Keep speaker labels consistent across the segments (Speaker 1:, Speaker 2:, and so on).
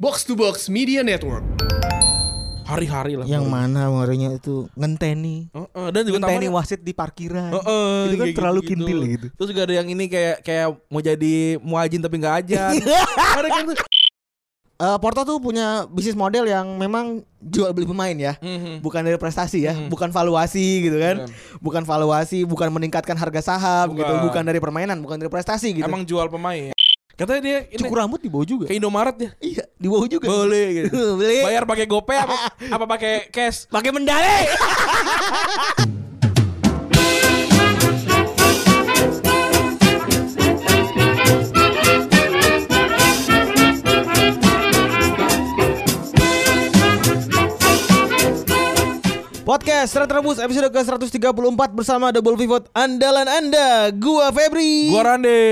Speaker 1: Box to Box Media Network.
Speaker 2: Hari-hari lah.
Speaker 3: Yang mana ngaruhnya itu ngenteni.
Speaker 2: Heeh, dan juga
Speaker 3: Ngenteni
Speaker 2: tampaknya-
Speaker 3: wasit di parkiran.
Speaker 2: Heeh,
Speaker 3: itu
Speaker 2: Oh,
Speaker 3: kan
Speaker 2: kayak
Speaker 3: terlalu
Speaker 2: gitu-gitu.
Speaker 3: kintil gitu.
Speaker 2: Terus juga ada yang ini kayak kayak mau jadi muajin tapi nggak aja.
Speaker 3: Iya.
Speaker 2: ada kan tuh.
Speaker 3: Eh, Porto tuh punya bisnis model yang memang jual beli pemain ya.
Speaker 2: Hmm. Mhm.
Speaker 3: Bukan dari prestasi ya, bukan valuasi gitu kan. Bukan valuasi, bukan meningkatkan harga saham gitu,
Speaker 2: Iya. Bukan.
Speaker 3: bukan dari permainan, bukan dari prestasi gitu.
Speaker 2: Emang jual pemain. Katanya dia ini
Speaker 3: cukur rambut di bawah juga.
Speaker 2: ke Indomaret ya.
Speaker 3: Iya, di bawah juga.
Speaker 2: Boleh gitu.
Speaker 3: Beli.
Speaker 2: Bayar pakai GoPay apa apa pakai cash?
Speaker 3: Pakai mendale. Podcast Serat Rebus episode ke-134 bersama Double Pivot andalan Anda, gua Febri.
Speaker 2: Gua Rande.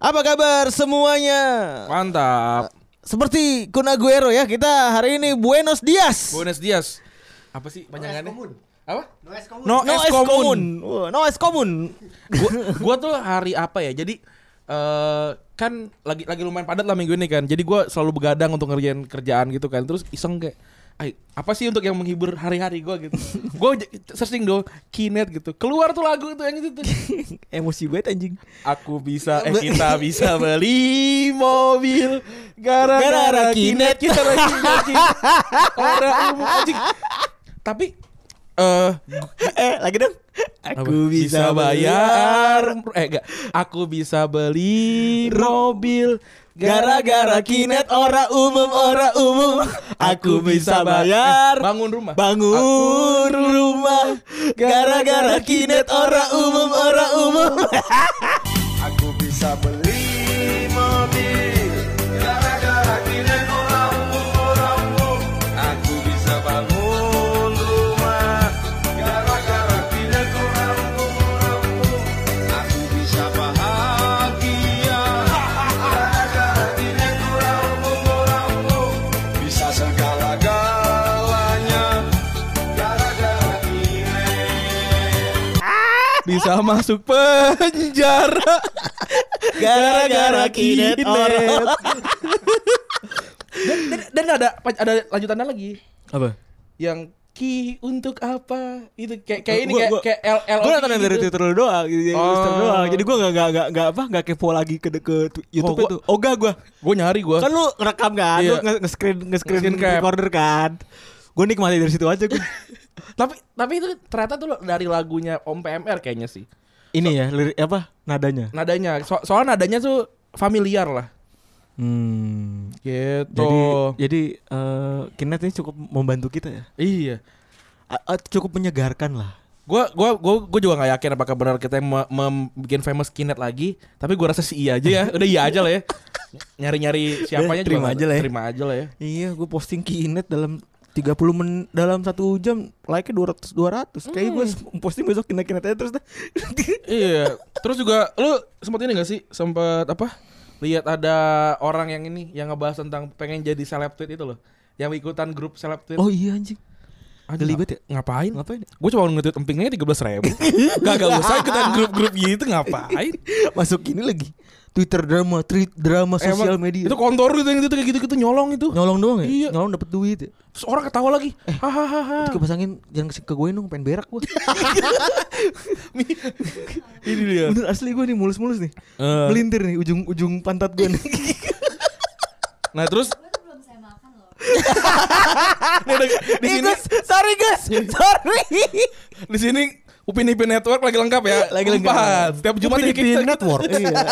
Speaker 3: Apa kabar semuanya?
Speaker 2: Mantap.
Speaker 3: Eh. Seperti Kun Aguero ya, kita hari ini Buenos Dias.
Speaker 2: Buenos dias. Apa sih panjangannya? Apa?
Speaker 3: No,
Speaker 2: No es común.
Speaker 3: es komun. Wah, No es komun.
Speaker 2: gua, gua tuh hari apa ya? Jadi eh kan lagi lagi lumayan padat lah minggu ini kan. Jadi gua selalu begadang untuk ngerjain kerjaan gitu kan. Terus iseng kayak Ay, apa sih untuk yang menghibur hari-hari gua gitu Gua j- searching dong kinet gitu keluar tuh lagu tuh yang itu tuh
Speaker 3: Emosi banget anjing.
Speaker 2: aku bisa eh kita bisa beli mobil gara-gara
Speaker 3: Gara-gara
Speaker 2: kinet
Speaker 3: Kinet.
Speaker 2: kita lagi anjing orang umum anjing tapi eh
Speaker 3: eh, lagi dong.
Speaker 2: Apa?
Speaker 3: Aku bisa bayar.
Speaker 2: eh enggak aku bisa beli mobil
Speaker 3: Gara-gara kinet ora umum ora umum Aku bisa bayar Eh,
Speaker 2: bangun rumah
Speaker 3: Bangun rumah Gara-gara kinet ora umum ora umum
Speaker 4: Aku bisa beli mobil Gara-gara kini orang umum orang umum Aku bisa bangun rumah Gara-gara kini orang umum orang umum Aku bisa bahagia Gara-gara kini orang umum orang umum Bisa segala galanya Gara-gara kini
Speaker 2: bisa masuk penjara
Speaker 3: Gara-gara kinet ora
Speaker 2: dan, dan- dan ada ada lanjutannya lagi
Speaker 3: Apa?
Speaker 2: yang ki untuk apa itu kayak kayak ini
Speaker 3: Gua-
Speaker 2: kayak
Speaker 3: gua-
Speaker 2: kayak L L
Speaker 3: Gue nonton dari Twitter dulu doang gitu, dari Twitter
Speaker 2: Oh.
Speaker 3: doang. Jadi gue gak, gak, gak, gak, apa, gak kepo lagi ke, ke tu- Youtube
Speaker 2: gua-
Speaker 3: itu Oga gue
Speaker 2: gue nyari gue
Speaker 3: Oh, Kan lu ngerekam kan
Speaker 2: Iya.
Speaker 3: Lu nge- nge-screen nge-screen
Speaker 2: Nge-screen cap.
Speaker 3: recorder kan Gue nikmati dari situ aja gue
Speaker 2: tapi tapi itu ternyata tuh dari lagunya Om PMR kayaknya sih
Speaker 3: Ini ya, lirik apa? Nadanya
Speaker 2: nadanya so soalnya nadanya tuh familiar lah
Speaker 3: Hmm
Speaker 2: gitu
Speaker 3: Jadi jadi eh, Kinet ini cukup membantu kita ya.
Speaker 2: iya
Speaker 3: A- a- cukup menyegarkan lah.
Speaker 2: gua gua gua gua juga nggak yakin apakah benar kita yang me- mem- bikin famous kinet lagi tapi gua rasa sih iya aja ya udah iya aja lah ya nyari nyari siapanya
Speaker 3: Udah, terima
Speaker 2: juga nggak-
Speaker 3: aja lah ya.
Speaker 2: terima aja lah ya
Speaker 3: Iya, gue posting Kinet dalam 30 men dalam satu jam like-nya 200 200. Kayak gue posting besok Kinet-Kinet aja terus dah.
Speaker 2: iya terus juga lu sempat ini gak sih sempat apa lihat ada orang yang ini yang ngebahas tentang pengen jadi seleb tweet itu loh yang ikutan grup seleb tweet
Speaker 3: oh iya anjing.
Speaker 2: Anjing,
Speaker 3: Delibet ya?
Speaker 2: ngapain
Speaker 3: Ngapain?
Speaker 2: gue cuma nge-tweet empingnya tiga belas ribu kagak usah ikutan grup-grup gitu ngapain
Speaker 3: Masuk ini lagi. Twitter drama, tweet drama sosial
Speaker 2: Emang
Speaker 3: media.
Speaker 2: itu kontor gitu yang gitu kayak gitu gitu nyolong itu
Speaker 3: nyolong doang ya?
Speaker 2: Iya. Ah.
Speaker 3: Nyolong dapat duit ya.
Speaker 2: terus orang ketawa lagi
Speaker 3: Eh.
Speaker 2: hahaha
Speaker 3: Itu kepasangin jangan ke, ke gue dong, pengen berak gue.
Speaker 2: ini dia
Speaker 3: Bener asli gue nih mulus-mulus nih.
Speaker 2: Eh.
Speaker 3: Melintir nih ujung-ujung pantat gue nih. Eh,
Speaker 2: nah terus Ini ada- di sini
Speaker 3: sorry guys,
Speaker 2: Iya.
Speaker 3: sorry.
Speaker 2: di sini Upin Ipin Network lagi lengkap ya.
Speaker 3: Lagi lengkap.
Speaker 2: Empat. Setiap Jumat
Speaker 3: Upin
Speaker 2: ya kita-
Speaker 3: Ipin Network. Iya.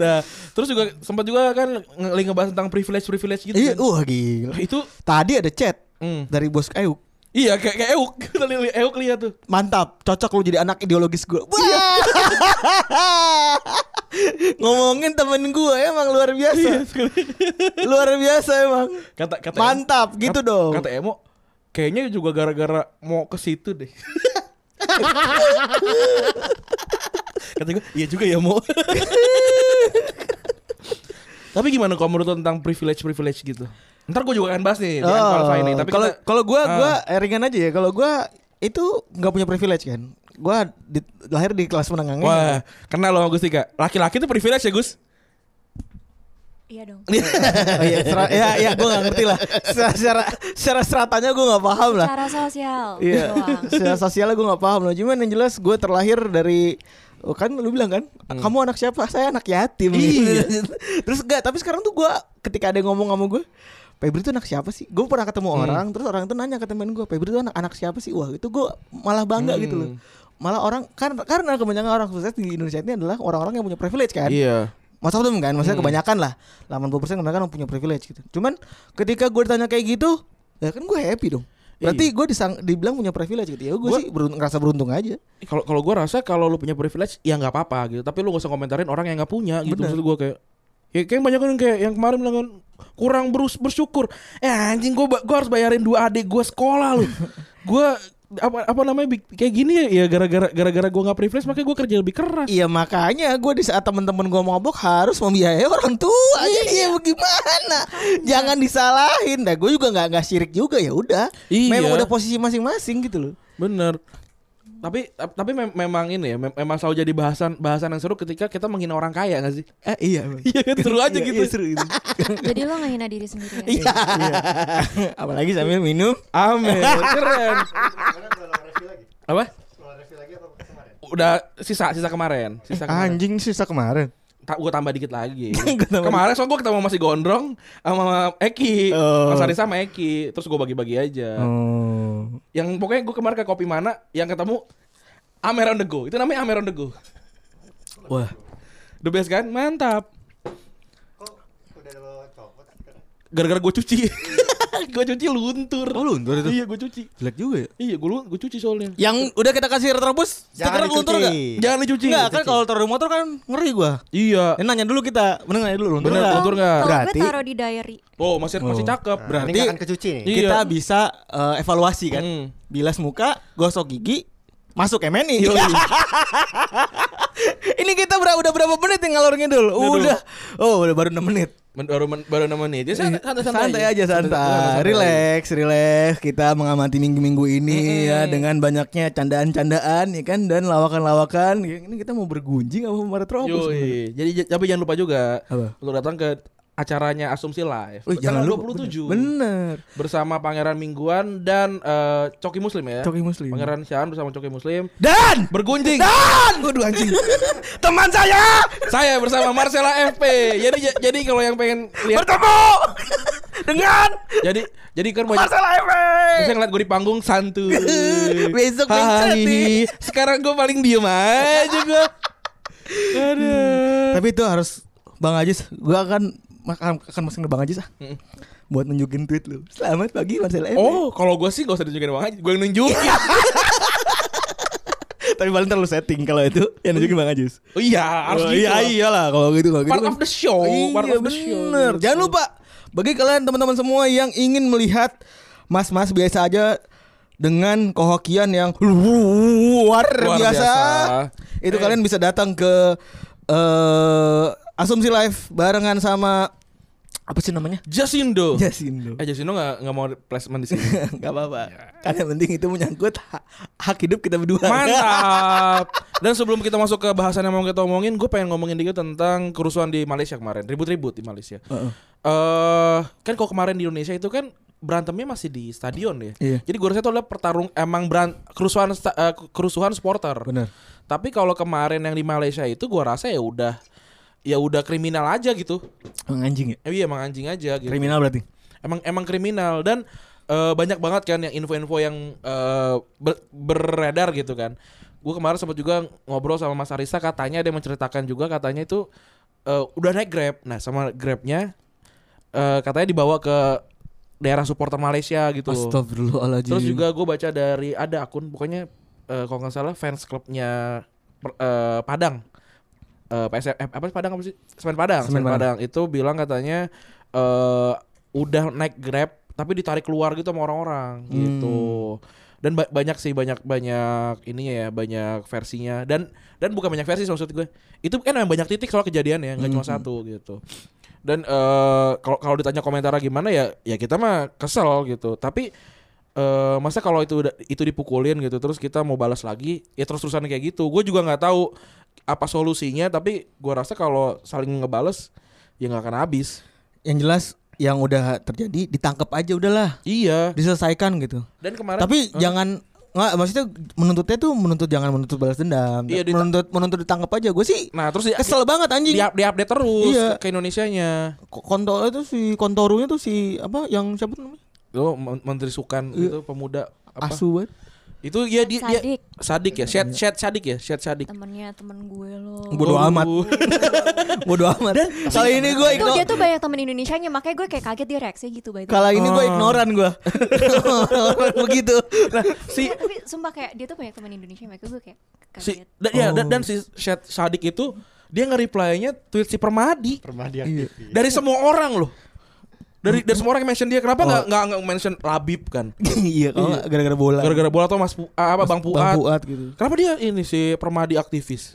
Speaker 2: Nah, terus juga sempat juga kan nge- lagi ngebahas tentang privilege privilege gitu.
Speaker 3: Iya,
Speaker 2: kan.
Speaker 3: wah gila.
Speaker 2: Itu
Speaker 3: Tadi ada chat
Speaker 2: Hmm.
Speaker 3: dari bos eh, Ayuk.
Speaker 2: iya kayak kayak Euk. Tadi li- Euk lihat tuh.
Speaker 3: Mantap, cocok lu jadi anak ideologis gue. Ngomongin temen gue emang luar
Speaker 2: Iya.
Speaker 3: biasa. luar biasa emang.
Speaker 2: Kata kata
Speaker 3: Mantap,
Speaker 2: Emo-
Speaker 3: gitu
Speaker 2: kata-
Speaker 3: dong.
Speaker 2: Kata Emo kayaknya juga gara-gara mau ke situ deh. kata gue iya juga ya mau. Tapi gimana kalau menurut lo tentang privilege privilege gitu? Ntar gue juga akan bahas nih dengan
Speaker 3: Oh,
Speaker 2: qualify nih. Tapi
Speaker 3: kalau
Speaker 2: kita-
Speaker 3: kalau gue
Speaker 2: Ah.
Speaker 3: gua eh, ringan aja ya. Kalau gue itu nggak punya privilege kan. Gue lahir kan. di kelas menengahnya.
Speaker 2: Wah, kenal loh Gustika. Laki-laki tuh privilege ya Gus.
Speaker 5: Iya dong.
Speaker 3: Oh iya, sera- ya, ya gue gak ngerti lah. Secara, secara, secara seratanya gue gak paham lah.
Speaker 5: Cara sosial gitu
Speaker 3: Iya.
Speaker 5: doang.
Speaker 3: Secara sosialnya gue gak paham lah. Cuman yang jelas gue terlahir dari oh, kan lu bilang kan kamu anak siapa saya anak yatim Gitu. terus enggak tapi sekarang tuh gue ketika ada yang ngomong sama gue Febri tuh anak siapa sih? Gue pernah ketemu orang, terus orang itu nanya ke temen gue, Febri tuh anak anak siapa sih? Wah itu gue malah bangga gitu loh. Malah orang karena karena kebanyakan orang sukses di Indonesia ini adalah orang-orang yang punya privilege kan
Speaker 2: Iya.
Speaker 3: masa belum kan maksudnya kebanyakan lah 80% kebanyakan punya privilege gitu cuman ketika gue ditanya kayak gitu ya kan gue happy dong berarti gue disang dibilang punya privilege gitu ya gue
Speaker 2: Gua-
Speaker 3: sih beruntung, ngerasa beruntung aja
Speaker 2: Eh, Kalau kalau gue rasa kalau lu punya privilege ya nggak apa-apa gitu. Tapi lu gak usah komentarin orang yang nggak punya gitu.
Speaker 3: Bener.
Speaker 2: Maksud gue kayak ya kayak banyak orang kayak yang kemarin bilang kan kurang berus bersyukur. Eh anjing gue gua harus bayarin dua adik gue sekolah lu. gue apa apa namanya bi- kayak gini ya, ya gara-gara gara-gara gue nggak privilege makanya gue kerja lebih keras.
Speaker 3: iya makanya gue di saat temen-temen gue mabok harus membiayai orang tua jadi ya bagaimana jangan disalahin nah gue juga nggak nggak syirik juga ya udah
Speaker 2: Iya.
Speaker 3: memang udah posisi masing-masing gitu loh
Speaker 2: Bener. Tapi tap- tapi mem- memang ini ya, mem- memang selalu jadi bahasan bahasan yang seru ketika kita menghina orang kaya gak sih?
Speaker 3: eh, iya
Speaker 2: Iya kan, seru aja
Speaker 3: Iya,
Speaker 2: gitu.
Speaker 3: iya, seru gitu.
Speaker 5: Jadi lo ngehina diri sendiri. ya?
Speaker 3: Iya. apalagi sambil minum
Speaker 2: Amin. Keren. Apa? Udah sisa sisa kemarin, sisa kemarin.
Speaker 3: anjing sisa kemarin
Speaker 2: Ta- gua tambah dikit lagi.
Speaker 3: Gua tambah
Speaker 2: kemarin soal gua ketemu masih gondrong sama Eki,
Speaker 3: Oh.
Speaker 2: Mas Ari sama Eki, terus gua bagi-bagi aja.
Speaker 3: oh
Speaker 2: Yang pokoknya gua kemarin ke kopi mana yang ketemu Amer on the go. Itu namanya Amer on the go. Wah. The best kan? Mantap. Gara-gara gue cuci Gue cuci luntur
Speaker 3: Oh, luntur itu?
Speaker 2: Iya gue cuci
Speaker 3: jelek juga ya
Speaker 2: Iya gue gue cuci soalnya
Speaker 3: Yang udah kita kasih retrobus
Speaker 6: Jangan
Speaker 3: Stiker luntur
Speaker 6: dicuci.
Speaker 3: gak?
Speaker 2: Jangan dicuci.
Speaker 3: Enggak kan
Speaker 2: Dicuci.
Speaker 3: kalau taruh di motor kan ngeri gua
Speaker 2: Iya
Speaker 3: Eh, Nanya dulu kita Bener nanya dulu luntur
Speaker 2: Bener,
Speaker 3: nggak?
Speaker 2: luntur nggak?
Speaker 5: Kalau gue
Speaker 3: Berarti
Speaker 5: taruh di diary.
Speaker 2: Oh masih masih cakep
Speaker 6: Berarti
Speaker 2: Berarti
Speaker 6: nggak akan kecuci nih.
Speaker 2: Iya.
Speaker 3: Kita bisa eh, evaluasi kan
Speaker 2: Hmm.
Speaker 3: Bilas muka Gosok gigi Masuk MNI Ini kita ber- udah berapa menit yang ngalor ngidul Udah Oh udah baru 6 menit
Speaker 2: Men- baru men- baru enam menit. Ya santai santai,
Speaker 3: Iya, santai aja santai relax relax kita mengamati minggu-minggu ini ya dengan banyaknya candaan-candaan ya kan dan lawakan-lawakan Ya, ini kita mau bergunjing apa mau retrobus sebenarnya?
Speaker 2: Yoi. Jadi j- tapi jangan lupa juga
Speaker 3: Apa?
Speaker 2: untuk datang ke acaranya Asumsi Live.
Speaker 3: Wih, jangan lupa
Speaker 2: 27.
Speaker 3: bener, bener.
Speaker 2: Bersama Pangeran Mingguan dan eh, Coki Muslim ya.
Speaker 3: Coki Muslim.
Speaker 2: Pangeran Syahan bersama Coki Muslim.
Speaker 3: dan
Speaker 2: Bergunjing.
Speaker 3: dan waduh anjing teman saya
Speaker 2: Saya bersama Marcela FP. Jadi j- jadi kalau yang pengen lihat
Speaker 3: bertemu dengan
Speaker 2: jadi jadi kan banyak
Speaker 3: Marcel
Speaker 2: Bisa
Speaker 3: Efek
Speaker 2: ngeliat gue di panggung santuy
Speaker 3: Besok
Speaker 2: Hahaha.
Speaker 3: pencet nih.
Speaker 2: Sekarang gue paling diem aja gue Aduh
Speaker 3: tapi itu harus Bang Ajis gua akan akan akan mesen ke Bang Ajis ah buat nunjukin tweet lu selamat pagi Marcel Efek
Speaker 2: Oh kalau gue sih gak usah ditunjukin Bang Haji Gue yang
Speaker 3: Iya.
Speaker 2: nunjukin
Speaker 3: Tapi paling terlalu setting kalau itu yang nunjukin Bang Ajis.
Speaker 2: Oh iya harus
Speaker 3: Oh,
Speaker 2: gitu
Speaker 3: iya
Speaker 2: lah.
Speaker 3: iyalah kalau gitu kalau gitu.
Speaker 2: Part
Speaker 3: kan-
Speaker 2: of the show
Speaker 3: Iya,
Speaker 2: Part of the show
Speaker 3: bener. Jangan lupa bagi kalian teman-teman semua yang ingin melihat mas-mas biasa aja dengan kehokian yang luar,
Speaker 2: Luar
Speaker 3: biasa,
Speaker 2: biasa.
Speaker 3: itu
Speaker 2: Eh.
Speaker 3: kalian bisa datang ke eh, Asumsi Live barengan sama apa sih namanya?
Speaker 2: Jasindo
Speaker 3: Jasindo.
Speaker 2: Eh Jasindo gak, nggak mau placement di sini
Speaker 3: Gak apa-apa. Karena yang penting itu menyangkut ha- hak hidup kita berdua.
Speaker 2: Mantap Dan sebelum kita masuk ke bahasan yang mau kita omongin Gue pengen ngomongin dikit tentang kerusuhan di Malaysia kemarin Ribut-ribut di Malaysia Eh
Speaker 3: Heeh.
Speaker 2: Kan kalau kemarin di Indonesia itu kan Berantemnya masih di stadion ya
Speaker 3: Iya.
Speaker 2: Jadi gue rasa itu adalah pertarung Emang beran, kerusuhan sta- eh, kerusuhan supporter
Speaker 3: Bener.
Speaker 2: Tapi kalau kemarin yang di Malaysia itu gue rasa ya udah Ya udah kriminal aja gitu
Speaker 3: Emang anjing ya?
Speaker 2: Eh, Iya emang anjing aja gitu
Speaker 3: Kriminal berarti.
Speaker 2: emang emang kriminal dan eh, banyak banget kan yang info-info yang eh, ber- beredar gitu kan gue kemarin sempat juga ngobrol sama Mas Arisa katanya dia menceritakan juga katanya itu eh, udah naik grab nah sama grabnya eh, katanya dibawa ke daerah supporter Malaysia gitu
Speaker 3: Astagfirullahaladzim.
Speaker 2: terus juga gue baca dari ada akun pokoknya eh, kalau nggak salah fans klubnya per- eh, Padang Eh, PSM eh, apa sih Padang apa sih Semen Padang
Speaker 3: Semen
Speaker 2: Semen Padang. itu bilang katanya eh udah naik Grab tapi ditarik keluar gitu sama orang-orang gitu dan ba- banyak sih banyak banyak ini ya banyak versinya dan dan bukan banyak versi sih maksud gue itu kan memang banyak titik soal kejadiannya nggak cuma satu gitu dan eh, kalau kalau ditanya komentarnya gimana ya ya kita mah kesel gitu tapi eh masa kalau itu udah- itu dipukulin gitu terus kita mau balas lagi ya terus terusan kayak gitu gue juga nggak tahu apa solusinya tapi gue rasa kalau saling ngebales ya nggak akan habis.
Speaker 3: Yang jelas yang udah terjadi ditangkap aja udahlah,
Speaker 2: Iya.
Speaker 3: diselesaikan gitu.
Speaker 2: Dan kemarin
Speaker 3: Tapi
Speaker 2: Eh,
Speaker 3: jangan nggak maksudnya menuntutnya tuh menuntut jangan menuntut balas dendam.
Speaker 2: Iya, dita-
Speaker 3: menuntut menuntut ditangkap aja. Gue sih
Speaker 2: nah terus di,
Speaker 3: kesel banget anjing.
Speaker 2: di, di update terus
Speaker 3: Iya.
Speaker 2: ke, ke Indonesianya.
Speaker 3: Ko- Kontor itu si kontorunya tuh si apa yang siapa tuh namanya?
Speaker 2: Lo men- menteri sukan itu pemuda apa?
Speaker 3: Iya. Asu Iya. banget.
Speaker 2: Itu ya dia dia
Speaker 5: Sadik.
Speaker 2: Sadik ya, Syed Syed Sadik ya, Syed Sadik.
Speaker 5: temennya temen gue loh
Speaker 3: Bodoh
Speaker 2: Oh,
Speaker 3: amat. Bodoh amat. Kali ini gue
Speaker 5: Tuh dia
Speaker 3: ignoran.
Speaker 5: tuh banyak temen Indonesianya Makanya gue kayak kaget dia reaksi gitu by the way.
Speaker 3: Kali ini
Speaker 2: Oh.
Speaker 3: gue ignoran gue. Begitu. Nah,
Speaker 2: Si
Speaker 5: Iya, Tapi- Tapi sumpah kayak dia tuh banyak temen Indonesia Makanya gue kayak
Speaker 1: Kan
Speaker 2: si
Speaker 1: gitu.
Speaker 5: kaget
Speaker 2: dan, ya, dan,
Speaker 3: Oh.
Speaker 2: dan si Syed Sadik itu dia nge-reply-nya tweet si Permadi
Speaker 1: Permadi
Speaker 3: Iya.
Speaker 1: aktif.
Speaker 2: dari semua orang loh. Dari dari semua orang yang mention dia kenapa nggak nggak nggak mention Labib kan?
Speaker 3: Iya, kalau nggak gara-gara bola.
Speaker 2: Gara-gara bola atau Mas Pu- ah, apa Bang Puat.
Speaker 3: Bang Fuad gitu.
Speaker 2: Kenapa dia ini si Permadi aktivis?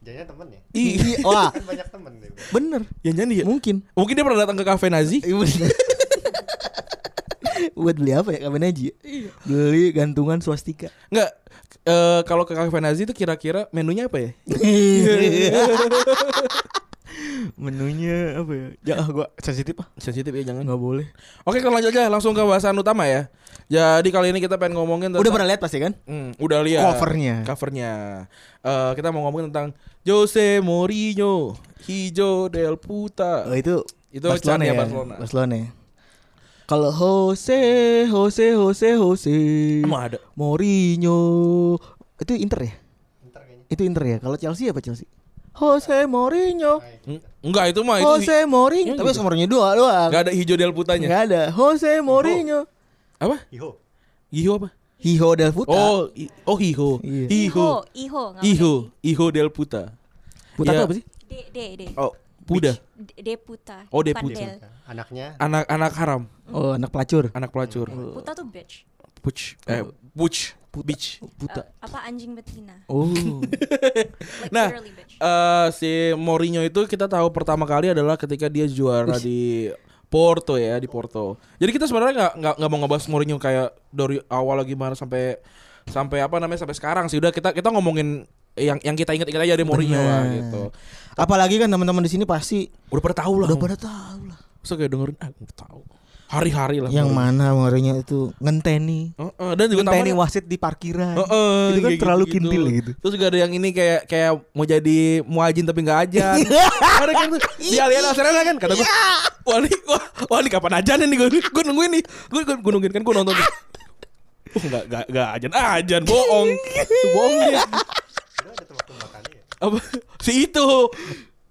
Speaker 1: Jadinya temen ya.
Speaker 2: Ih,
Speaker 3: Wah,
Speaker 1: Kan banyak temen nih. gua.
Speaker 3: Oh, ah. bener.
Speaker 2: yang jadi ya.
Speaker 3: Mungkin.
Speaker 2: Mungkin dia pernah datang ke kafe Nazi.
Speaker 3: Iya, bener. Buat beli apa ya Kamen Haji?
Speaker 1: Iya.
Speaker 3: Beli gantungan swastika.
Speaker 2: Enggak eh, kalau ke kafe Nazi itu kira-kira menunya apa ya?
Speaker 1: Iya.
Speaker 3: Menunya apa ya? Ya ah, gua sensitif ah.
Speaker 2: Sensitif ya jangan.
Speaker 3: Enggak boleh.
Speaker 2: Oke, kalau lanjut aja langsung ke bahasan utama ya. Jadi kali ini kita pengen ngomongin tentang
Speaker 3: Udah pernah lihat pasti kan?
Speaker 2: Hmm, udah
Speaker 1: Iya.
Speaker 2: lihat
Speaker 3: Covernya.
Speaker 2: Covernya. Eh, kita mau ngomongin tentang Jose Mourinho, Hijo del Puta.
Speaker 3: Oh, itu
Speaker 2: Itu
Speaker 3: Barcelona
Speaker 2: Xavi
Speaker 3: ya.
Speaker 2: ya, Barcelona.
Speaker 3: Barcelona ya. Kalau Jose, Jose, Jose, Jose.
Speaker 2: Emang ada?
Speaker 3: Mourinho. Itu Inter ya?
Speaker 1: Ntar kayaknya.
Speaker 3: Itu Inter ya. Kalau Chelsea apa Chelsea? Jose Mourinho.
Speaker 2: Hmm, Enggak itu mah itu
Speaker 3: Jose Mourinho.
Speaker 2: Iya
Speaker 3: Tapi
Speaker 2: gitu.
Speaker 3: Mourinho dua doang.
Speaker 2: enggak ada Hijo del Putanya.
Speaker 3: Enggak ada. Jose Mourinho.
Speaker 2: Apa?
Speaker 1: Iho.
Speaker 2: Hijo apa?
Speaker 3: Hijo del Puta.
Speaker 2: Oh, i- oh Hijo.
Speaker 3: Iya.
Speaker 2: Hijo.
Speaker 5: Iho nggak
Speaker 2: Iho,
Speaker 5: pakai
Speaker 2: Iho del Puta.
Speaker 3: Puta
Speaker 2: Iya.
Speaker 3: tuh apa sih?
Speaker 5: I. De De De
Speaker 2: Oh, Puda.
Speaker 5: D- De Puta
Speaker 2: Oh, De
Speaker 5: Pandel.
Speaker 2: Puta.
Speaker 1: Anaknya
Speaker 2: Anak-anak haram,
Speaker 3: Oh, anak pelacur.
Speaker 2: anak pelacur.
Speaker 5: Puta tuh bitch
Speaker 2: Puch, eh Puch, Bitch.
Speaker 5: Eh,
Speaker 3: Puta.
Speaker 5: Apa anjing betina
Speaker 3: Oh.
Speaker 5: Like
Speaker 2: Nah,
Speaker 5: literally bitch
Speaker 2: Eh si Mourinho itu kita tahu pertama kali adalah ketika dia juara di Porto ya di Porto. Jadi kita sebenarnya nggak nggak nggak mau ngebahas Mourinho kayak dari awal lagi gimana sampai sampai apa namanya sampai sekarang sih udah kita kita ngomongin yang yang kita ingat-ingat aja dari Mourinho lah
Speaker 3: Bener.
Speaker 2: gitu.
Speaker 3: Apalagi kan teman-teman di sini pasti
Speaker 2: Udah pada tahu lah.
Speaker 3: udah pada tahu lah.
Speaker 2: Masa kayak dengerin ah nggak tahu. Hari-hari lah.
Speaker 3: Yang
Speaker 2: Mourinho.
Speaker 3: mana Mourinho itu ngenteni.
Speaker 2: Heeh, dan juga
Speaker 3: Ngenteni
Speaker 2: tampaknya-
Speaker 3: wasit di parkiran.
Speaker 2: ya. Heeh, iya,
Speaker 3: itu kan
Speaker 2: kayak
Speaker 3: terlalu
Speaker 2: gitu-gitu.
Speaker 3: kintil gitu.
Speaker 2: Terus juga ada yang ini kayak kayak mau jadi muajin tapi nggak ajan. ada kan tuh
Speaker 3: Iya.
Speaker 2: di Aliana Serena kan kata gue. Wah ini wah, wah ini kapan ajan nih gue gue nungguin nih. Gue gue, gue nungguin kan gue nonton. Uh, gak, gak, gak ajan Ah, ajan bohong bohong dia
Speaker 1: Udah ada tembak-tembakannya ya.
Speaker 2: apa si itu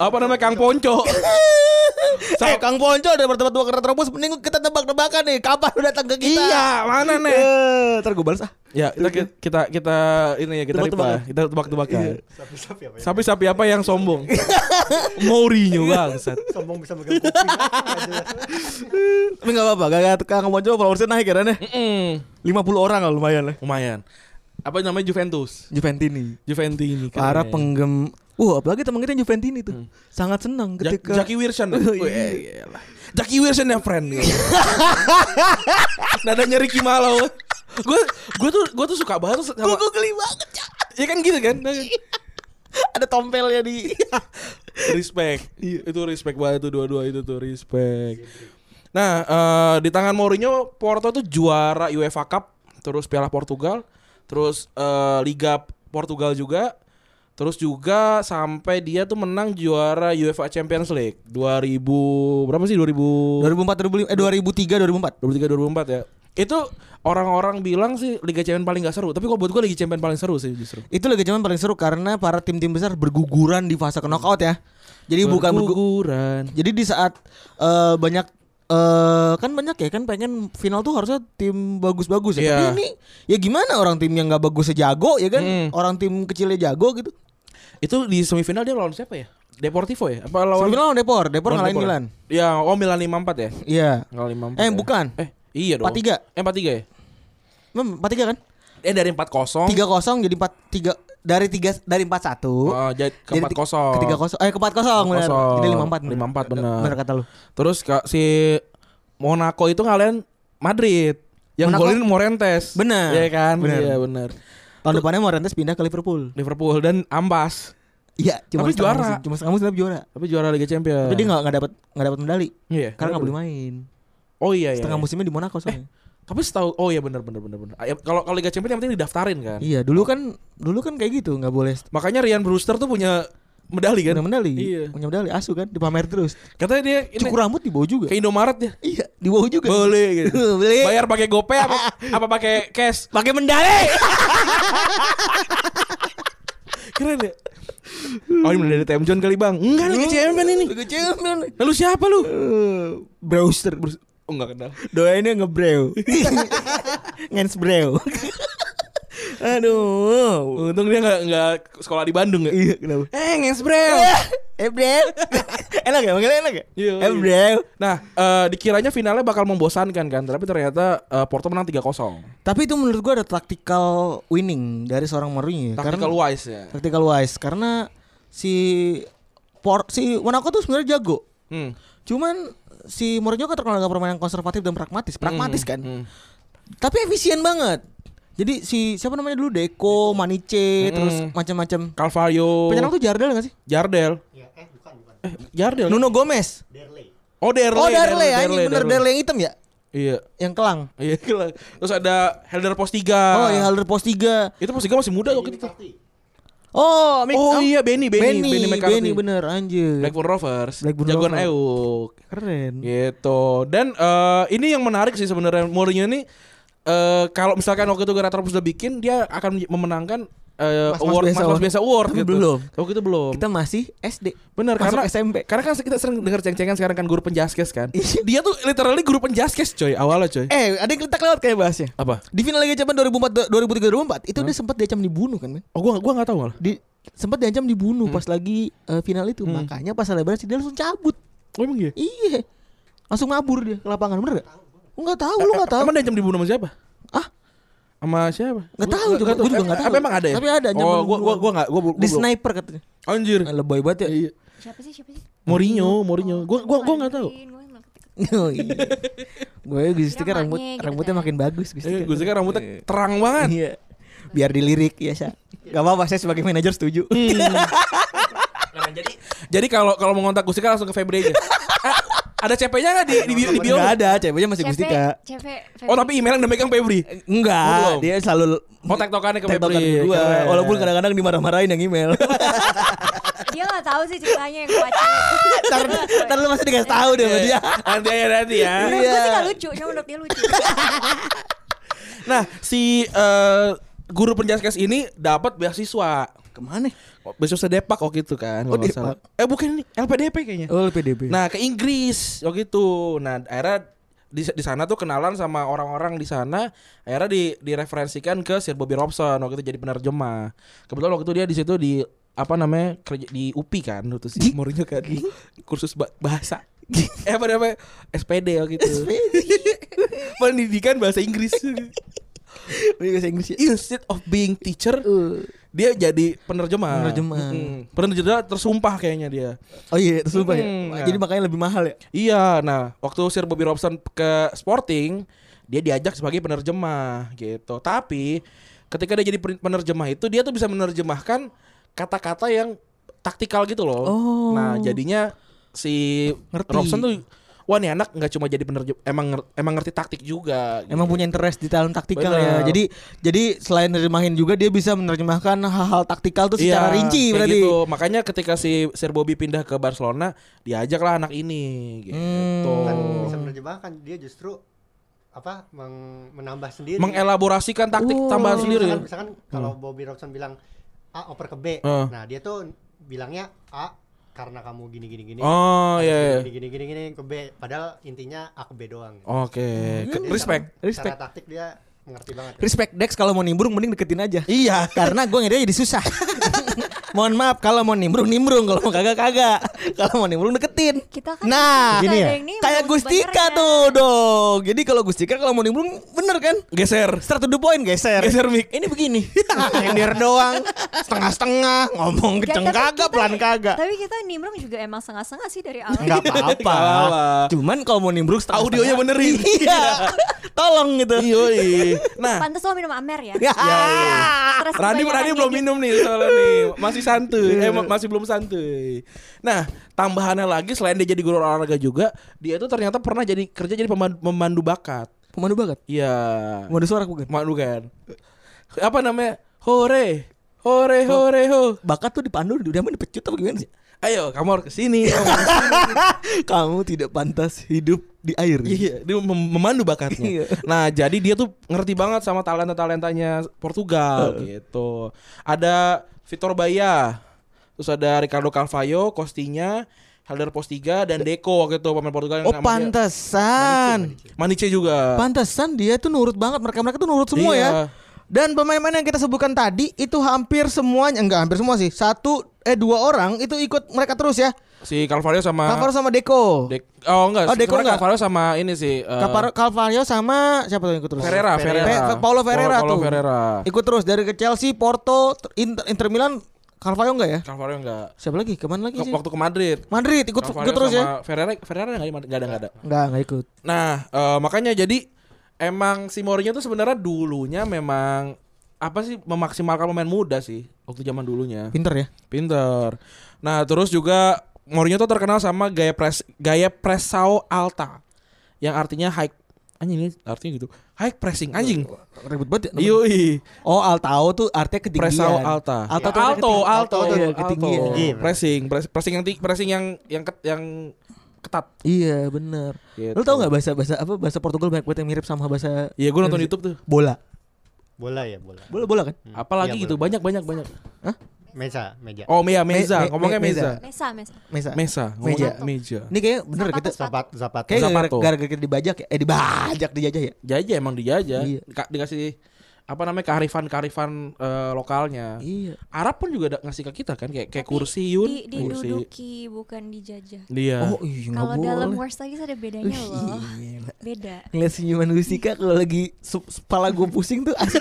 Speaker 2: apa namanya Kang Ponco
Speaker 3: eh, Kang Ponco udah bertempat dua kereta terobos mending kita tebak-tebakan nih kapan udah datang ke kita.
Speaker 2: iya mana nih
Speaker 3: Eh, ntar gue balas ah.
Speaker 2: ya kita kita kita ini ya kita
Speaker 3: Tebak-tebakan.
Speaker 2: tebak kita tebak-tebakan
Speaker 1: Sapi-sapi apa ya?
Speaker 2: sapi-sapi apa yang sombong Mourinho bangsat
Speaker 1: Sombong bisa megang kuping.
Speaker 3: Tapi enggak apa-apa, gara-gara Kang Ponco followersnya naik ya Ren, ya.
Speaker 2: Mm-mm.
Speaker 3: 50 orang lah lumayan lah.
Speaker 2: lumayan apa namanya Juventus
Speaker 3: Juventini.
Speaker 2: Juventus ini kan.
Speaker 3: Para penggem Wah, apalagi teman kita yang Juventini tuh. Sangat senang ketika
Speaker 2: Hmm. Jackie Wilson Weh, iyalah. Jackie Wilson yang friend gitu. nadanya Ricky Malo gue gue tuh gue tuh suka banget sama
Speaker 3: Gua- gua geli banget. Cak.
Speaker 2: ya kan gitu kan
Speaker 3: Ada tompelnya di
Speaker 2: Iya. respect
Speaker 3: Iya.
Speaker 2: itu respect banget tuh dua-dua itu tuh respect nah eh, di tangan Mourinho Porto tuh juara UEFA Cup terus Piala Portugal terus eh, Liga Portugal juga terus juga sampai dia tuh menang juara UEFA Champions League 2000 berapa sih 2000
Speaker 3: 2004 2005 eh 2003 2004.
Speaker 2: 2003 2004 ya itu orang-orang bilang sih Liga Champions paling gak seru tapi kalau buat gue Liga Champions paling seru sih justru
Speaker 3: Itu Liga Champions paling seru karena para tim-tim besar berguguran di fase knockout ya. Jadi bukan bergu-
Speaker 2: Berguguran.
Speaker 3: Jadi di saat eh, banyak eh kan banyak ya kan pengen final tuh harusnya tim bagus-bagus ya.
Speaker 2: Iya.
Speaker 3: Tapi ini ya gimana orang tim yang nggak bagus sejago ya kan?
Speaker 2: Hmm.
Speaker 3: Orang tim kecilnya jago gitu.
Speaker 2: Itu di semifinal dia lawan siapa ya? Deportivo ya? Apa lawan
Speaker 3: Semifinal lawan Depor, Depor
Speaker 2: lawan
Speaker 3: ngalahin
Speaker 2: Depor?
Speaker 3: Milan.
Speaker 2: Ya, oh Milan 54 ya?
Speaker 3: Iya.
Speaker 2: Ngalahin 54.
Speaker 3: Eh
Speaker 2: ya.
Speaker 3: bukan.
Speaker 2: Eh, iya dong.
Speaker 3: 43.
Speaker 2: Eh 43 ya?
Speaker 3: Mem, 4-3 kan?
Speaker 2: Eh dari 40.
Speaker 3: 3-0 jadi 4 3 dari 3 dari 4-1.
Speaker 2: Oh, jadi ke
Speaker 3: Jadi
Speaker 2: 40.
Speaker 3: Ke 3-0. Eh ke 4-0 benar.
Speaker 2: 4-0.
Speaker 3: Jadi 5-4.
Speaker 2: 5-4 benar.
Speaker 3: Benar kata lu.
Speaker 2: Terus ka- si Monaco itu ngalahin Madrid. Yang
Speaker 3: Monaco-
Speaker 2: golin Morentes.
Speaker 3: Benar.
Speaker 2: Iya kan?
Speaker 3: Benar.
Speaker 2: Iya benar.
Speaker 3: Tahun depannya Morientes pindah ke Liverpool.
Speaker 2: Liverpool dan Ambas.
Speaker 3: Iya, cuma
Speaker 2: Tapi juara.
Speaker 3: setengah
Speaker 2: Eh.
Speaker 3: musim. Cuma setengah musim tapi juara.
Speaker 2: Tapi juara Liga Champions.
Speaker 3: Tapi dia nggak nggak dapat nggak dapat medali
Speaker 2: Iya.
Speaker 3: karena nggak boleh main.
Speaker 2: Oh iya iya.
Speaker 3: Setengah
Speaker 2: iya.
Speaker 3: musimnya di Monaco soalnya.
Speaker 2: Tapi setahu oh iya benar benar benar benar. Ah, ya, Kalau kalau Liga Champions yang penting didaftarin kan.
Speaker 3: Iya, dulu kan dulu kan kayak gitu, nggak boleh st-
Speaker 2: Makanya Rian Brewster tuh punya medali kan.
Speaker 3: punya medali.
Speaker 2: Iya.
Speaker 3: Punya medali asu kan dipamer terus.
Speaker 2: Katanya dia ini
Speaker 3: Cukur rambut di bawah juga.
Speaker 2: ke Indomaret ya.
Speaker 3: Iya, di bawah juga.
Speaker 2: Boleh gitu.
Speaker 3: Boleh.
Speaker 2: Bayar pakai GoPay apa apa pakai cash?
Speaker 3: Pakai medali.
Speaker 2: Keren ya. Oh ini dari Time John kali bang Enggak Liga Champions ini
Speaker 3: Liga Champion. Eh,
Speaker 2: Lalu siapa lu?
Speaker 3: Browser
Speaker 2: Oh enggak kenal
Speaker 3: doainnya ngebrew. Ngens brew. Aduh.
Speaker 2: Untung dia enggak, enggak sekolah di Bandung ya
Speaker 3: Iya, kenapa?
Speaker 2: Eh nges bro
Speaker 3: Eh, brew. enak ya, manggilnya enak ya?
Speaker 2: Iya,
Speaker 3: Eh,
Speaker 2: iya.
Speaker 3: brew.
Speaker 2: Nah eh, dikiranya finalnya bakal membosankan kan Tapi ternyata eh, Porto menang 3-0
Speaker 3: Tapi itu menurut gua ada tactical winning dari seorang Mourinho ya.
Speaker 2: Tactical
Speaker 3: karena,
Speaker 2: wise ya
Speaker 3: Tactical wise karena si Por si Monaco tuh sebenarnya jago.
Speaker 2: hmm.
Speaker 3: Cuman si Mourinho kan terkenal dengan permainan konservatif dan pragmatis. Pragmatis kan.
Speaker 2: hmm.
Speaker 3: Tapi efisien banget. Jadi si siapa namanya dulu Deco, Maniche,
Speaker 2: Mm-mm.
Speaker 3: terus macam-macam.
Speaker 2: Calvario
Speaker 3: Penyerang tuh Jardel gak sih?
Speaker 2: Jardel
Speaker 1: Ya, eh bukan bukan.
Speaker 2: Eh Jardel
Speaker 3: Nuno Gomez.
Speaker 1: Derley.
Speaker 2: Oh Derle
Speaker 3: oh Darle, ya, ini bener Darle yang hitam ya,
Speaker 2: Iya
Speaker 3: yang kelang.
Speaker 2: Iya Terus ada Helder Post 3
Speaker 3: Oh, yang Halder Post 3.
Speaker 2: Itu Post 3 masih muda kok
Speaker 1: Ini
Speaker 2: gitu
Speaker 1: kartu.
Speaker 3: Oh, Mick-
Speaker 2: Oh
Speaker 3: oh,
Speaker 2: iya Benny Benny
Speaker 3: Benny, Benny,
Speaker 2: McCarthy.
Speaker 3: bener anjir.
Speaker 2: Blackburn Rovers
Speaker 3: Blackburn
Speaker 2: Jagoan
Speaker 3: Rovers.
Speaker 2: Euk
Speaker 3: Keren.
Speaker 2: Gitu. Dan eh, ini yang menarik sih sebenarnya Mourinho ini eh, kalau misalkan waktu itu Geraterus sudah bikin dia akan menye- memenangkan eh,
Speaker 3: Mas-mas
Speaker 2: award
Speaker 3: biasa
Speaker 2: mas
Speaker 3: award.
Speaker 2: biasa award
Speaker 3: Tapi
Speaker 2: gitu.
Speaker 3: belum.
Speaker 2: Waktu itu belum.
Speaker 3: Kita masih SD.
Speaker 2: Bener
Speaker 3: Masuk
Speaker 2: karena
Speaker 3: SMP.
Speaker 2: Karena kan kita sering dengar ceng-cengan sekarang kan guru penjaskes kan.
Speaker 3: Iya.
Speaker 2: dia tuh literally guru penjaskes coy awalnya coy.
Speaker 3: Eh, ada yang keletak lewat kayak bahasnya.
Speaker 2: Apa?
Speaker 3: Di final Liga Champions 2004 2003 2004 itu dia sempat diancam dibunuh kan, men.
Speaker 2: Oh gua gua enggak tahu malah.
Speaker 3: Di sempat diancam dibunuh pas lagi eh, final itu. Makanya pas selebrasi dia langsung cabut.
Speaker 2: Oh emang iya.
Speaker 3: Iya. Langsung mabur dia ke lapangan, bener gak? Enggak tahu, lu enggak tahu.
Speaker 2: Emang dia jam dibunuh sama siapa?
Speaker 3: Ah,
Speaker 2: Sama siapa?
Speaker 3: Nggak tahu juga, gua juga nggak
Speaker 2: Eh,
Speaker 3: tahu.
Speaker 2: Apa emang ada ya?
Speaker 3: Tapi ada jam
Speaker 2: Oh, gua gua
Speaker 3: dibunuh.
Speaker 2: gua enggak gua, gua,
Speaker 3: di
Speaker 2: belum.
Speaker 3: sniper katanya.
Speaker 2: Anjir.
Speaker 3: Eh, Lebay banget ya.
Speaker 2: Iya.
Speaker 5: Siapa sih siapa sih?
Speaker 2: Mourinho, Mourinho. Gua gua gua enggak tahu.
Speaker 5: Anjing, gua nggak ketik-
Speaker 3: Oh, iya. Gue Gus Tika
Speaker 5: Kira
Speaker 3: rambut
Speaker 5: emaknya gitu
Speaker 3: rambutnya
Speaker 5: kan.
Speaker 3: makin bagus Gus
Speaker 2: Eh,
Speaker 3: Tika.
Speaker 2: gue sekarang rambutnya terang banget.
Speaker 3: Iya. Biar dilirik ya, Sya. Gak apa-apa saya sebagai manajer setuju.
Speaker 5: Hmm.
Speaker 2: Jadi kalau kalau mau ngontak Gustika langsung ke Febri aja. Ah, ada CP-nya nggak di, di, bio- di bio?
Speaker 3: Gak ada, ceweknya masih Gus
Speaker 5: CP,
Speaker 3: Tika.
Speaker 5: CP,
Speaker 2: Oh tapi email yang udah megang Febri. Oh,
Speaker 3: Enggak,
Speaker 2: belum.
Speaker 3: dia selalu
Speaker 2: Oh tektokannya ke
Speaker 3: tektokan
Speaker 2: Febri.
Speaker 3: gua,
Speaker 2: Keren.
Speaker 3: walaupun kadang-kadang dimarah-marahin yang email.
Speaker 5: Dia nggak tahu sih ceritanya yang gua baca.
Speaker 3: Ntar ntar lu masih dikasih tahu
Speaker 2: Iya.
Speaker 3: deh sama dia.
Speaker 2: nanti aja nanti ya.
Speaker 5: Menurut gua sih nggak lucu, cuma menurut dia lucu.
Speaker 2: Nah si eh, guru penjaskes ini dapat beasiswa. Oh,
Speaker 3: Kemana?
Speaker 2: Beasiswa Depak waktu itu kan.
Speaker 3: Oh,
Speaker 2: kalau nggak salah. Eh bukan ini LPDP kayaknya.
Speaker 3: Oh, PDB.
Speaker 2: Nah ke Inggris waktu itu. Nah akhirnya di, di sana tuh kenalan sama orang-orang di sana. Akhirnya di, direferensikan ke Sir Bobby Robson waktu itu jadi penerjemah. Kebetulan waktu itu dia di situ di apa namanya kerja di UPI kan waktu si Mourinho kan di kursus ba- bahasa. eh apa namanya SPD waktu itu. Pendidikan bahasa Inggris.
Speaker 3: bahasa Inggris ya.
Speaker 2: Instead of being teacher, dia jadi penerjemah.
Speaker 3: Penerjemah.
Speaker 2: Mm-mm. Penerjemah tersumpah kayaknya dia.
Speaker 3: Oh iya, terus lupa ya.
Speaker 2: Hmm,
Speaker 3: Jadi
Speaker 2: nah.
Speaker 3: makanya lebih mahal ya.
Speaker 2: Iya, nah waktu Sir Bobby Robson ke Sporting, dia diajak sebagai penerjemah gitu. Tapi ketika dia jadi pen- penerjemah itu dia tuh bisa menerjemahkan kata-kata yang taktikal gitu loh.
Speaker 3: Oh.
Speaker 2: Nah jadinya si
Speaker 3: Ngerti.
Speaker 2: Robson tuh wah nih anak nggak cuma jadi penerjem emang nger- emang ngerti taktik juga.
Speaker 3: Emang punya interest di talent taktikal ya.
Speaker 2: Benar.
Speaker 3: Jadi jadi selain nerjemahin juga dia bisa menerjemahkan hal-hal taktikal tuh secara
Speaker 2: Iya,
Speaker 3: rinci
Speaker 2: kayak
Speaker 3: berarti.
Speaker 2: gitu. Makanya ketika si Sir Bobby pindah ke Barcelona, diajaklah anak ini gitu.
Speaker 1: Bukan bisa
Speaker 3: Hmm.
Speaker 1: menerjemahkan dia justru apa meng- menambah sendiri.
Speaker 2: Mengelaborasikan taktik
Speaker 3: Oh.
Speaker 2: tambahan
Speaker 1: Jadi
Speaker 2: sendiri. ya? Hmm.
Speaker 1: Misalkan, misalkan kalau Bobby Robson bilang A oper ke B.
Speaker 2: Ah.
Speaker 1: Nah, dia tuh bilangnya A karena kamu gini gini gini.
Speaker 2: Oh
Speaker 1: harus
Speaker 2: iya. iya.
Speaker 1: Gini gini gini gini ke B. Padahal intinya A ke B doang.
Speaker 2: Oke, Ke-
Speaker 3: Iya.
Speaker 1: Jadi
Speaker 2: Oh, respect.
Speaker 1: Secara,
Speaker 3: Respect.
Speaker 1: secara taktik dia mengerti banget.
Speaker 3: Respect Dex kalau mau nimbrung mending deketin aja.
Speaker 2: Iya.
Speaker 3: Karena gue ngedate jadi susah. Mohon maaf kalau mau nimbrung nimbrung kalau mau kagak kagak. Kalau mau nimbrung deketin.
Speaker 5: Kita kan
Speaker 3: Nah,
Speaker 5: gini ya?
Speaker 3: kayak Gustika tuh dong. Jadi kalau Gustika kalau mau nimbrung bener kan?
Speaker 2: Geser.
Speaker 3: Start to the point geser.
Speaker 2: Geser mic.
Speaker 3: Ini begini. Nyender doang. Setengah-setengah ngomong kenceng kagak, pelan
Speaker 5: ya?
Speaker 3: kagak.
Speaker 5: Tapi kita nimbrung juga emang setengah-setengah sih dari awal.
Speaker 3: Enggak
Speaker 2: Nggak
Speaker 3: apa-apa.
Speaker 2: apa-apa.
Speaker 3: Cuman kalau mau nimbrung setengah-setengah-
Speaker 2: Audionya benerin.
Speaker 3: Iya. Tolong gitu.
Speaker 2: Yoi. Nah,
Speaker 5: Pantes lo minum amer ya.
Speaker 3: Ya.
Speaker 5: Stres
Speaker 2: Rani
Speaker 5: kebanyakan
Speaker 2: Rani
Speaker 5: kayak
Speaker 2: belum
Speaker 5: gitu.
Speaker 2: minum nih soalnya nih. Masih santuy
Speaker 3: Iya.
Speaker 2: eh ma- masih belum santuy nah tambahannya lagi selain dia jadi guru olahraga juga dia tuh ternyata pernah jadi kerja jadi pemandu, pemandu bakat
Speaker 3: Pemandu bakat.
Speaker 2: iya
Speaker 3: Pemandu suara bukan.
Speaker 2: pemandu kan apa namanya hore hore hore ho
Speaker 3: Bakat tuh dipandu udah main dipecut apa gimana sih?
Speaker 2: ayo kamu harus kesini kamu harus
Speaker 3: Kamu tidak pantas hidup di air.
Speaker 2: Iya, dia mem- memandu
Speaker 3: Iya.
Speaker 2: bakatnya. nah, jadi dia tuh ngerti banget sama talenta-talentanya Portugal gitu. Ada Vitor Baia, terus ada Ricardo Carvalho, Costinha, Helder Postiga dan Deco waktu itu pemain Portugal yang
Speaker 3: Oh
Speaker 2: namanya-
Speaker 3: pantesan.
Speaker 2: Maniche juga.
Speaker 3: Pantesan dia tuh nurut banget mereka-mereka tuh nurut semua
Speaker 2: Iya.
Speaker 3: ya. Dan pemain-pemain yang kita sebutkan tadi itu hampir semuanya enggak hampir semua sih. Satu eh dua orang itu ikut mereka terus ya.
Speaker 2: si Carvalho sama
Speaker 3: Alvaro sama Deco.
Speaker 2: Dec- Oh enggak,
Speaker 3: Oh, Deco
Speaker 2: sebenarnya
Speaker 3: enggak?
Speaker 2: Carvalho sama ini sih eh,
Speaker 3: Kapar Calvario sama siapa tuh yang ikut terus?
Speaker 2: Ferreira, Ferreira.
Speaker 3: Fe- Paulo Ferreira
Speaker 2: Paulo
Speaker 3: tuh.
Speaker 2: Ferreira.
Speaker 3: Ikut terus dari ke Chelsea, Porto, ter- Inter, Inter Milan, Carvalho enggak ya?
Speaker 2: Carvalho enggak.
Speaker 3: Siapa lagi? Kemana
Speaker 2: Ke-
Speaker 3: lagi Iya sih?
Speaker 2: waktu ke Madrid.
Speaker 3: Madrid ikut
Speaker 2: Carvalho
Speaker 3: ikut terus ya.
Speaker 2: sama Ferreira Ferreira enggak ada enggak ada. Enggak ada.
Speaker 3: Enggak, enggak ikut.
Speaker 2: Nah, eh, makanya jadi emang si Mourinho tuh sebenarnya dulunya memang apa sih memaksimalkan pemain muda sih waktu zaman dulunya.
Speaker 3: Pinter ya.
Speaker 2: Pinter. Nah, terus juga Mourinho tuh terkenal sama gaya pres gaya pressao alta yang artinya high anjing ini artinya gitu. High pressing anjing.
Speaker 3: Ribet banget. ya.
Speaker 2: Yoi.
Speaker 3: Oh, Altao tuh artinya ketinggian.
Speaker 2: Pressao alta. Ya,
Speaker 3: Iya, Alta
Speaker 2: alto,
Speaker 3: tuh artinya
Speaker 2: alto,
Speaker 3: ketinggian. Iya,
Speaker 2: alto.
Speaker 3: ketinggian.
Speaker 1: Iya.
Speaker 2: Pressing, press- pressing yang ti- pressing yang yang ket- yang ketat.
Speaker 3: Iya, bener.
Speaker 2: Gitu.
Speaker 3: Lu tau gak bahasa bahasa apa bahasa Portugal banyak banget yang mirip sama bahasa
Speaker 2: Iya, gue nonton YouTube tuh.
Speaker 3: bola.
Speaker 1: bola ya bola
Speaker 3: Bola bola kan?
Speaker 2: Apalagi
Speaker 1: Iya,
Speaker 2: gitu,
Speaker 1: boleh.
Speaker 2: banyak banyak banyak.
Speaker 1: meja meja
Speaker 2: Oh, Mia Meza,
Speaker 3: me-
Speaker 2: ngomongnya
Speaker 3: me-
Speaker 2: Meza.
Speaker 5: Mesa, mesa.
Speaker 3: Mesa.
Speaker 2: Mesa,
Speaker 3: Meja. Nah.
Speaker 2: ngomongnya meja.
Speaker 3: Ini kayaknya bener
Speaker 5: Zapato.
Speaker 3: kita
Speaker 1: zapat zapat
Speaker 3: kayak
Speaker 2: Zapato.
Speaker 3: gara-gara kita dibajak ya. Eh dibajak dijajah ya.
Speaker 2: Jajah emang dijajah.
Speaker 3: Iya.
Speaker 2: Ka- dikasih apa namanya kearifan-kearifan eh, lokalnya.
Speaker 3: Iya.
Speaker 2: Arab pun juga ada ngasih ke kita kan kayak kayak
Speaker 5: Tapi
Speaker 2: kursi Yun,
Speaker 5: di-
Speaker 2: kursi.
Speaker 5: diduduki bukan dijajah.
Speaker 2: Dia.
Speaker 3: Oh, iya enggak
Speaker 5: Kalau
Speaker 3: boleh.
Speaker 5: dalam worst lagi ada bedanya
Speaker 3: Ih,
Speaker 5: loh.
Speaker 3: gila.
Speaker 5: Beda.
Speaker 3: Ngeliat senyuman Gustika kalau lagi sup- kepala gue pusing tuh asik.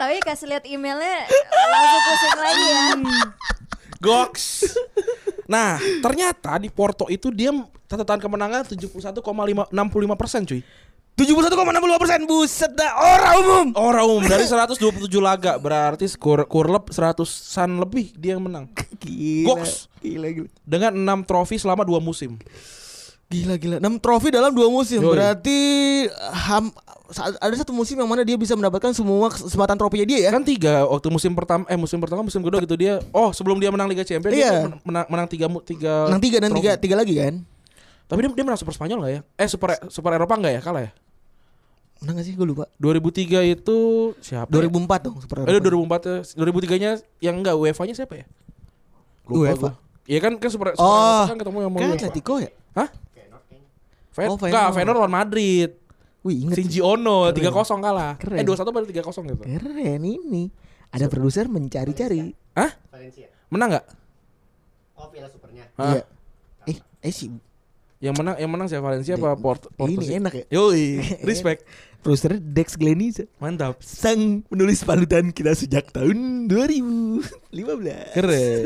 Speaker 5: Tapi kasih lihat emailnya langsung pusing lagi ya.
Speaker 2: Goks. nah, ternyata di Porto itu dia catatan kemenangan 71,65% cuy.
Speaker 3: 71,62% buset dah orang umum.
Speaker 2: Orang umum dari 127 laga berarti skor kurleb 100-an lebih dia yang menang
Speaker 3: Gila.
Speaker 2: Goks.
Speaker 3: Gila gila.
Speaker 2: dengan 6 trofi selama 2 musim.
Speaker 3: Gila gila. 6 trofi dalam 2 musim.
Speaker 2: Yoi.
Speaker 3: Berarti ham, sa- ada satu musim yang mana dia bisa mendapatkan semua kesempatan trofinya dia ya.
Speaker 2: kan tiga waktu musim pertama eh musim pertama musim kedua gitu dia oh sebelum dia menang Liga Champions
Speaker 3: Iya.
Speaker 2: dia men- menang menang tiga mu- tiga
Speaker 3: Nang tiga dan
Speaker 2: eh, trofi.
Speaker 3: tiga tiga lagi kan.
Speaker 2: tapi dia, dia menang Super Spanyol nggak ya eh Super Super Eropa nggak ya kalah ya
Speaker 3: Menang gak sih gue lupa.
Speaker 2: 2003 itu siapa
Speaker 3: 2004 dong Super
Speaker 2: ya? Eh,
Speaker 3: Eropa.
Speaker 2: 2004 ya. 2003 nya yang enggak UEFA nya siapa ya
Speaker 3: UEFA.
Speaker 2: gua. Iya kan kan Super, Super
Speaker 3: Oh.
Speaker 2: Eropa kan ketemu yang mau
Speaker 3: Kan
Speaker 2: UEFA.
Speaker 3: Atletico ya?
Speaker 2: Hah? Fen
Speaker 3: Oh,
Speaker 2: oh,
Speaker 3: Feyenoord.
Speaker 2: Feyenoord lawan Madrid.
Speaker 3: Wih, inget
Speaker 2: Shinji Ono 3-0 kalah.
Speaker 3: Keren.
Speaker 2: Eh
Speaker 3: Iya.
Speaker 2: 2-1 baru 3-0 gitu.
Speaker 3: Keren ini. Ada produser mencari-cari.
Speaker 2: Hah?
Speaker 1: Valencia
Speaker 2: Menang enggak?
Speaker 1: oh piala supernya
Speaker 2: Hah?
Speaker 3: Iya. Eh, eh si
Speaker 2: Yang menang yang menang siapa Valencia apa Porto? Porto
Speaker 3: ini
Speaker 2: sih?
Speaker 3: enak ya.
Speaker 2: Yoi, respect.
Speaker 3: Produsernya Dex Gleniza.
Speaker 2: Mantap.
Speaker 3: Sang penulis panutan kita sejak tahun 2015.
Speaker 2: Keren.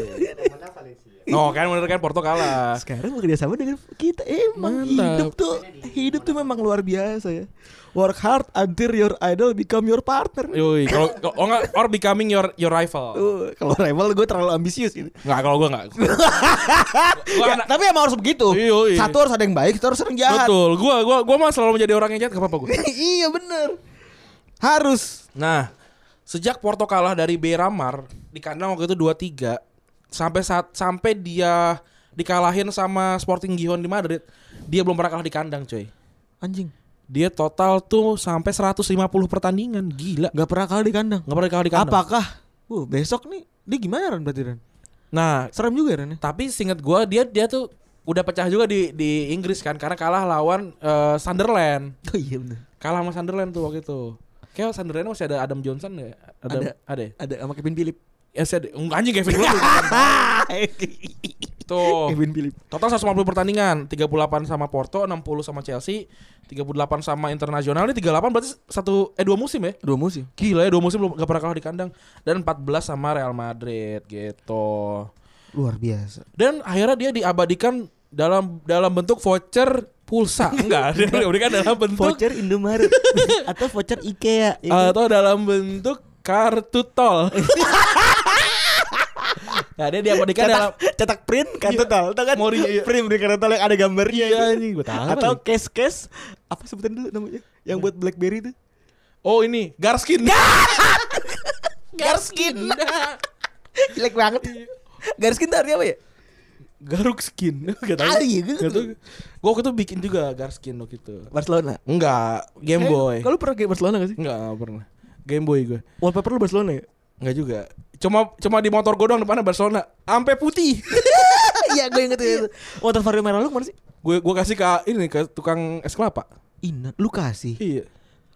Speaker 1: mana Valencia
Speaker 2: Oh, kan bener kan Porto kalah.
Speaker 3: Sekarang bekerja sama dengan kita emang
Speaker 2: Mantap.
Speaker 3: hidup tuh hidup tuh memang luar biasa ya. Work hard until your idol become your partner.
Speaker 2: Yoi, kalau kalau- oh enggak or becoming your your rival.
Speaker 3: Oh, kalau rival gue terlalu ambisius gitu.
Speaker 2: Enggak, kalau gua enggak. Gua
Speaker 3: Ya,
Speaker 2: anak-
Speaker 3: tapi emang harus begitu.
Speaker 2: Iya, iya.
Speaker 3: Satu harus ada yang baik, satu harus ada yang jahat.
Speaker 2: Betul, gua gua gua mah selalu menjadi orang yang jahat, gak apa-apa gua.
Speaker 3: iya bener. Harus.
Speaker 2: Nah, sejak Porto kalah dari Beramar di kandang waktu itu 2-3 sampai saat sampai dia dikalahin sama Sporting Gijón di Madrid, dia belum pernah kalah di kandang, coy.
Speaker 3: Anjing.
Speaker 2: Dia total tuh sampai 150 pertandingan, gila.
Speaker 3: Gak pernah kalah di kandang.
Speaker 2: Gak pernah kalah di kandang.
Speaker 3: Apakah? Wuh, besok nih dia gimana Ran berarti Ran?
Speaker 2: Nah,
Speaker 3: Serem juga Ran ya.
Speaker 2: tapi singkat gua dia dia tuh udah pecah juga di di Inggris kan karena kalah lawan eh, Sunderland.
Speaker 3: Oh iya bener.
Speaker 2: Kalah sama Sunderland tuh waktu itu. Kayak Sunderland masih ada Adam Johnson ya? Adam,
Speaker 3: Ada.
Speaker 2: ada. Ada. ya?
Speaker 3: Ada sama Kevin Philip.
Speaker 2: Ya, masih ada. Anjing Kevin Wilson. Tuh.
Speaker 3: Kevin Philip.
Speaker 2: Total 150 pertandingan, 38 sama Porto, 60 sama Chelsea, 38 sama Internasional. Ini 38 berarti satu eh dua musim ya.
Speaker 3: Dua musim.
Speaker 2: Gila ya, dua musim belum gak pernah kalah di kandang dan 14 sama Real Madrid gitu.
Speaker 3: Luar biasa.
Speaker 2: Dan akhirnya dia diabadikan dalam dalam bentuk voucher pulsa. Enggak, dia diabadikan dalam bentuk
Speaker 3: Voucher Indomaret atau voucher IKEA. ya kan?
Speaker 2: atau dalam bentuk kartu tol. nah dia dia pendidikan dalam
Speaker 3: Cetak, cetak print kartu tol, tau kan?
Speaker 2: Mori, iya.
Speaker 3: Print print kartu tol yang ada gambarnya.
Speaker 2: Iya,
Speaker 3: gitu.
Speaker 2: anjing, gua tahu
Speaker 3: Atau
Speaker 2: lagi.
Speaker 3: case case apa sebutan dulu namanya? Yang buat BlackBerry itu?
Speaker 2: Oh ini Garskin.
Speaker 3: Garskin. Jelek banget. Garskin itu artinya apa ya?
Speaker 2: Garuk skin. Gak
Speaker 3: Ah, iya, gitu.
Speaker 2: Gak tau. Gue waktu itu bikin juga Garskin waktu itu.
Speaker 3: Barcelona.
Speaker 2: Enggak, Game
Speaker 3: Eh,
Speaker 2: Boy.
Speaker 3: Kalau lu pernah ke Barcelona gak sih?
Speaker 2: Enggak nggak pernah. Game Boy gue.
Speaker 3: Wallpaper lu Barcelona ya?
Speaker 2: Enggak juga. Cuma cuma di motor gue doang depannya Barcelona. Ampe putih.
Speaker 3: Iya, gue inget itu. Motor Vario merah lu kemana sih?
Speaker 2: gue gue kasih ke ini ke tukang es kelapa.
Speaker 3: Ina, lu kasih.
Speaker 2: Iya.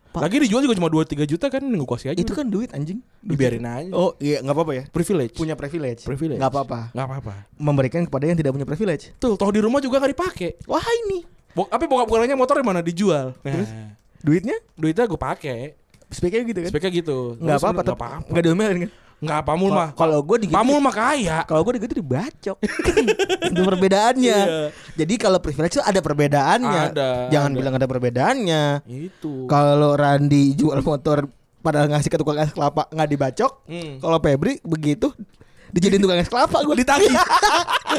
Speaker 3: Pak.
Speaker 2: Lagi dijual juga cuma 2 3 juta kan gue kasih aja.
Speaker 3: Itu kan duit anjing.
Speaker 2: dibiarin aja.
Speaker 3: Oh, iya nggak apa-apa ya.
Speaker 2: privilege.
Speaker 1: punya privilege.
Speaker 2: privilege.
Speaker 3: Nggak apa-apa.
Speaker 2: Enggak apa-apa.
Speaker 3: Memberikan kepada yang tidak punya privilege.
Speaker 2: Tuh, toh di rumah juga gak dipakai.
Speaker 3: Wah, ini.
Speaker 2: Bok, apa bokap gue nanya motornya mana dijual. Nah,
Speaker 3: Duitnya
Speaker 2: duitnya gue pakai.
Speaker 3: speknya gitu kan?
Speaker 2: Speknya gitu.
Speaker 3: Nggak
Speaker 2: Terus
Speaker 3: apa-apa,
Speaker 2: bener-
Speaker 3: tapi
Speaker 2: nggak apa-apa.
Speaker 3: nggak diomelin kan?
Speaker 2: Nggak pamul mah.
Speaker 3: Kalau gue digitu,
Speaker 2: Pamul mah kaya.
Speaker 3: kalau gue digitu dibacok. itu perbedaannya.
Speaker 2: Iya.
Speaker 3: Jadi kalau privilege tuh ada perbedaannya.
Speaker 2: Ada,
Speaker 3: Jangan
Speaker 2: ada.
Speaker 3: bilang ada perbedaannya.
Speaker 2: Itu.
Speaker 3: Kalau Randi jual motor padahal ngasih ke tukang es kelapa nggak dibacok.
Speaker 2: Hmm.
Speaker 3: Kalau Febri begitu dijadiin tukang es kelapa gue
Speaker 2: ditagi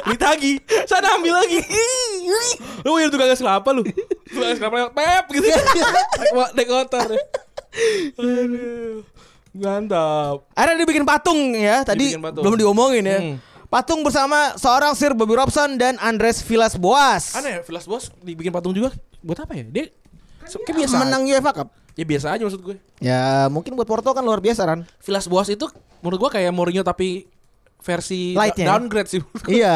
Speaker 2: ditagi sana ambil lagi lu punya tukang es kelapa lu tukang es kelapa lewat, pep gitu naik mo- naik motor Aduh. mantap
Speaker 3: Ada dibikin patung ya tadi
Speaker 2: Dibikin patung.
Speaker 3: belum diomongin ya.
Speaker 2: Hmm.
Speaker 3: Patung bersama seorang Sir Bobby Robson dan Andres Villas Boas.
Speaker 2: aneh Vilas Bos dibikin patung juga buat apa ya dia se- kayak biasa
Speaker 3: menang UEFA Cup.
Speaker 2: ya biasa aja maksud gue
Speaker 3: Ya mungkin buat Porto kan luar biasa Ran.
Speaker 2: Vilas Bos itu menurut gue kayak Mourinho tapi versi da-
Speaker 3: Lightnya. ya?
Speaker 2: downgrade sih menurut gue.
Speaker 3: iya.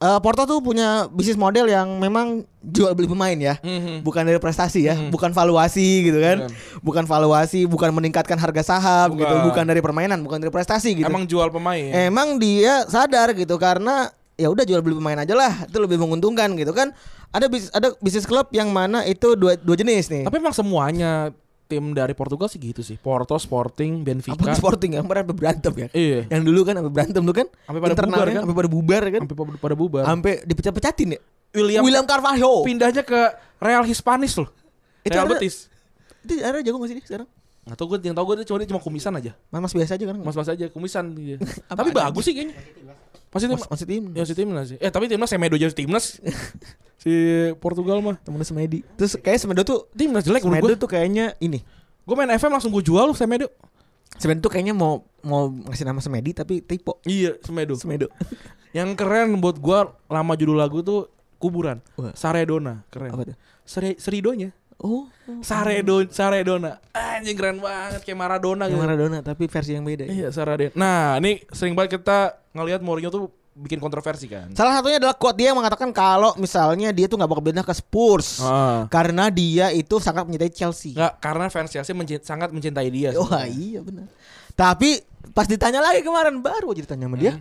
Speaker 3: Eh, Porto tuh punya bisnis model yang memang jual beli pemain ya.
Speaker 2: Mhm.
Speaker 3: Bukan dari prestasi ya,
Speaker 2: Hmm.
Speaker 3: bukan valuasi gitu kan. Bukan valuasi, bukan meningkatkan harga saham gitu,
Speaker 2: Bukan.
Speaker 3: bukan dari permainan, bukan dari prestasi gitu.
Speaker 2: emang jual pemain
Speaker 3: Emang dia sadar gitu karena ya udah jual beli pemain aja lah itu lebih menguntungkan gitu kan ada bis, ada bisnis klub yang mana itu dua dua jenis nih
Speaker 2: tapi emang semuanya tim dari Portugal sih gitu sih Porto Sporting
Speaker 3: apa
Speaker 2: Benfica
Speaker 3: sporting yang pernah sampai berantem ya
Speaker 2: Iya.
Speaker 3: yang dulu kan sampai berantem tuh kan
Speaker 2: Sampai pada
Speaker 3: internalnya
Speaker 2: bubar kan?
Speaker 3: sampai pada bubar kan
Speaker 2: sampai pada- pada bubar
Speaker 3: sampai dipecat-pecatin ya
Speaker 2: William-
Speaker 3: Carvalho
Speaker 2: pindahnya ke Real Hispanis loh.
Speaker 3: Itu
Speaker 2: Real
Speaker 3: ada-
Speaker 2: Betis.
Speaker 3: itu ada jago gak sih dia sekarang
Speaker 2: Nggak tau gue yang tau gue dia cuma dia cuma kumisan aja.
Speaker 3: mas mas biasa aja kan mas
Speaker 2: Mas-mas aja kumisan dia.
Speaker 3: Apa
Speaker 2: tapi
Speaker 3: ada
Speaker 2: bagus sih kayaknya. Masih timnas.
Speaker 3: mas tim
Speaker 2: Ya masih timnas sih. Eh tapi timnas Semedo aja timnas. si Portugal mah.
Speaker 3: temen Semedi terus kayak Semedo tuh
Speaker 2: Timnas jelek menurut
Speaker 3: Semedo
Speaker 2: gue.
Speaker 3: tuh kayaknya ini
Speaker 2: Gue main FM langsung gue jual loh Semedo.
Speaker 3: Semedo tuh kayaknya mau mau ngasih nama Semedi tapi typo
Speaker 2: Iya Semedo.
Speaker 3: Semedo
Speaker 2: Yang keren buat gue lama judul lagu tuh kuburan.
Speaker 3: Wah.
Speaker 2: Saredona keren.
Speaker 3: Apa tuh?
Speaker 2: Sere- Seridonya.
Speaker 3: oh
Speaker 2: Saredo Saredona. Anjing keren banget kayak Maradona gitu.
Speaker 3: yang Maradona tapi versi yang beda ya.
Speaker 2: Iya Saraden. Nah ini sering banget kita ngelihat Mourinho tuh bikin kontroversi kan.
Speaker 3: Salah satunya adalah quote dia yang mengatakan kalau misalnya dia tuh nggak bakal pindah ke Spurs
Speaker 2: Ah.
Speaker 3: karena dia itu sangat mencintai Chelsea.
Speaker 2: Nggak, karena fans Chelsea menci- sangat mencintai dia.
Speaker 3: Wah
Speaker 2: sebenarnya.
Speaker 3: iya benar. Tapi pas ditanya lagi kemarin baru aja ditanya sama dia.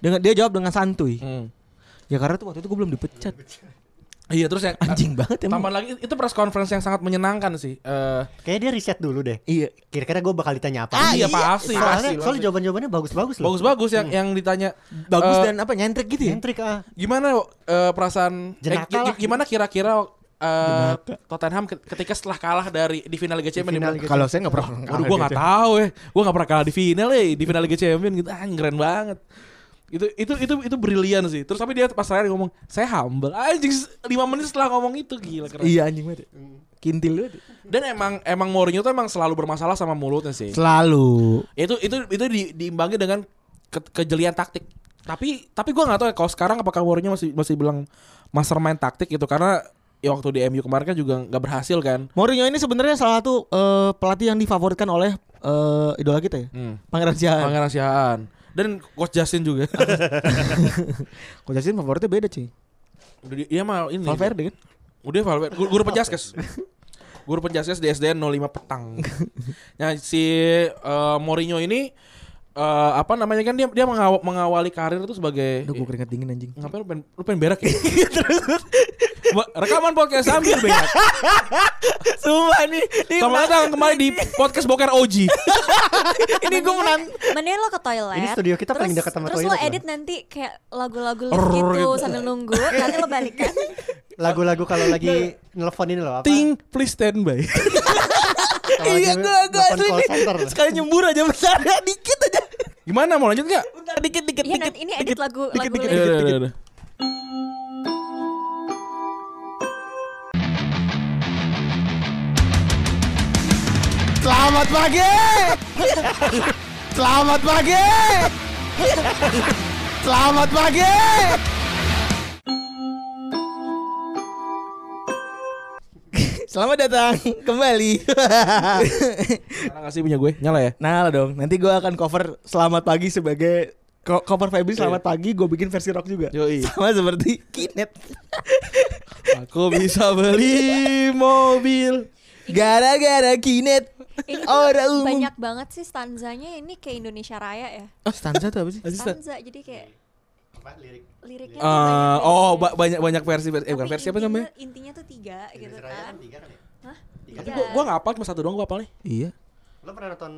Speaker 3: Dengan dia jawab dengan santuy.
Speaker 2: Hmm.
Speaker 3: Ya karena tuh waktu itu gue belum dipecat.
Speaker 2: Iya terus yang
Speaker 3: Anjing banget emang.
Speaker 2: Tambah lagi itu press conference yang sangat menyenangkan sih. Eh
Speaker 1: Kayaknya dia riset dulu deh.
Speaker 3: Iya.
Speaker 1: Kira-kira gue bakal
Speaker 3: Ah,
Speaker 1: ditanya apa?
Speaker 2: iya, pasti,
Speaker 1: soalnya,
Speaker 2: pasti.
Speaker 1: soalnya jawaban-jawabannya bagus-bagus loh.
Speaker 2: Bagus-bagus yang yang ditanya
Speaker 3: Hmm. Bagus
Speaker 2: eh,
Speaker 3: dan apa nyentrik gitu ya.
Speaker 1: Nyentrik ah.
Speaker 2: gimana eh, perasaan eh,
Speaker 1: Jenaka
Speaker 2: gi-
Speaker 1: lah.
Speaker 2: gimana kira-kira eh, Tottenham ke- ketika setelah kalah dari di final gitu. Liga Champions
Speaker 1: final
Speaker 2: di-
Speaker 1: Liga
Speaker 3: Iya, Kalau saya nggak pernah. gitu
Speaker 2: Waduh gue gak tahu ya Gue gak pernah kalah di final ya Di final Liga Champions gitu Anjing keren banget itu itu itu itu brilian sih terus tapi dia pas terakhir ngomong saya humble anjing 5 menit setelah ngomong itu gila keren
Speaker 3: Iya anjing banget.
Speaker 2: Hmm.
Speaker 3: Kintil banget.
Speaker 2: dan emang emang Mourinho tuh emang selalu bermasalah sama mulutnya sih
Speaker 3: Selalu.
Speaker 2: itu itu itu di, diimbangi dengan ke- kejelian taktik tapi tapi gue nggak tahu ya kalau sekarang apakah Mourinho masih masih bilang mastermind taktik gitu karena ya waktu di MU kemarin kan juga nggak berhasil kan
Speaker 3: Mourinho ini sebenarnya salah satu eh, pelatih yang difavoritkan oleh eh, idola kita ya.
Speaker 2: Hmm.
Speaker 3: Pangeran Siahaan.
Speaker 2: pangeran Siahaan. dan coach Justin juga
Speaker 3: Coach Justin favoritnya beda cuy
Speaker 2: Udah di- Iya mah ini
Speaker 3: Valverde kan
Speaker 2: Udah Valverde Guru, guru penjaskes Guru penjaskes di SDN 05 petang Nah si eh, Mourinho ini eh, Apa namanya kan dia dia mengaw- mengawali karir itu sebagai
Speaker 3: Aduh gue keringet dingin anjing
Speaker 2: Ngapain lu pengen, lu pengen berak ya? Terus Rekaman podcast sambil berak
Speaker 3: Sumpah nih Iya,
Speaker 2: Selamat datang kembali di podcast Boker OG
Speaker 3: Ini gue menan
Speaker 5: Mending lo ke toilet.
Speaker 1: Ini studio kita paling
Speaker 5: terus-
Speaker 1: dekat sama
Speaker 5: Terus lo
Speaker 1: toilet loh.
Speaker 5: edit nanti kayak lagu-lagu
Speaker 2: Rrrr
Speaker 5: gitu,
Speaker 2: gitu.
Speaker 5: sambil nunggu. nanti lo balikan.
Speaker 1: Lagu-lagu kalau lagi nelfon ini loh apa?
Speaker 2: Ting please stand by
Speaker 1: Apalagi
Speaker 3: Iya gue gue
Speaker 1: telepon
Speaker 3: asli
Speaker 1: call
Speaker 3: nih.
Speaker 1: center.
Speaker 3: Sekali nyembur aja bentar ya dikit aja.
Speaker 2: Gimana mau lanjut nggak?
Speaker 3: Bentar dikit dikit
Speaker 5: Iya,
Speaker 3: dikit.
Speaker 5: nanti ini edit lagu-
Speaker 3: dikit,
Speaker 5: lagu
Speaker 3: dikit, dikit,
Speaker 5: lagi.
Speaker 2: Iya, iya,
Speaker 3: dikit.
Speaker 2: iya.
Speaker 3: Selamat pagi. Selamat pagi. Selamat pagi. Selamat datang kembali.
Speaker 2: Nyala nggak sih punya gue? Nyala ya?
Speaker 3: nah lah dong, nanti gue akan cover Selamat Pagi sebagai co- cover Febri Selamat Pagi, gue bikin versi rock juga.
Speaker 2: Yoi.
Speaker 3: Sama seperti Kinet.
Speaker 2: Aku bisa beli mobil.
Speaker 3: Gara-gara Kinet
Speaker 5: Ini tuh
Speaker 3: orang umum.
Speaker 5: banyak banget sih stanzanya ini kayak Indonesia Raya ya.
Speaker 3: Oh, stanza tuh apa sih?
Speaker 5: Stanza jadi kayak
Speaker 1: Apa lirik?
Speaker 5: liriknya
Speaker 2: Eh,
Speaker 5: tuh banyak
Speaker 2: oh
Speaker 5: banget.
Speaker 2: ba- banyak banyak versi versi. Eh
Speaker 5: Tapi
Speaker 2: bukan versi apa
Speaker 5: intinya-
Speaker 2: namanya?
Speaker 5: Intinya tuh tiga gitu
Speaker 1: Indonesia Raya
Speaker 5: kan.
Speaker 1: kan tiga kan ya?
Speaker 5: Hah?
Speaker 1: Tiga.
Speaker 2: Tapi gue gue nggak hafal cuma satu doang gue hafalnya.
Speaker 3: Iya.
Speaker 1: Lo pernah nonton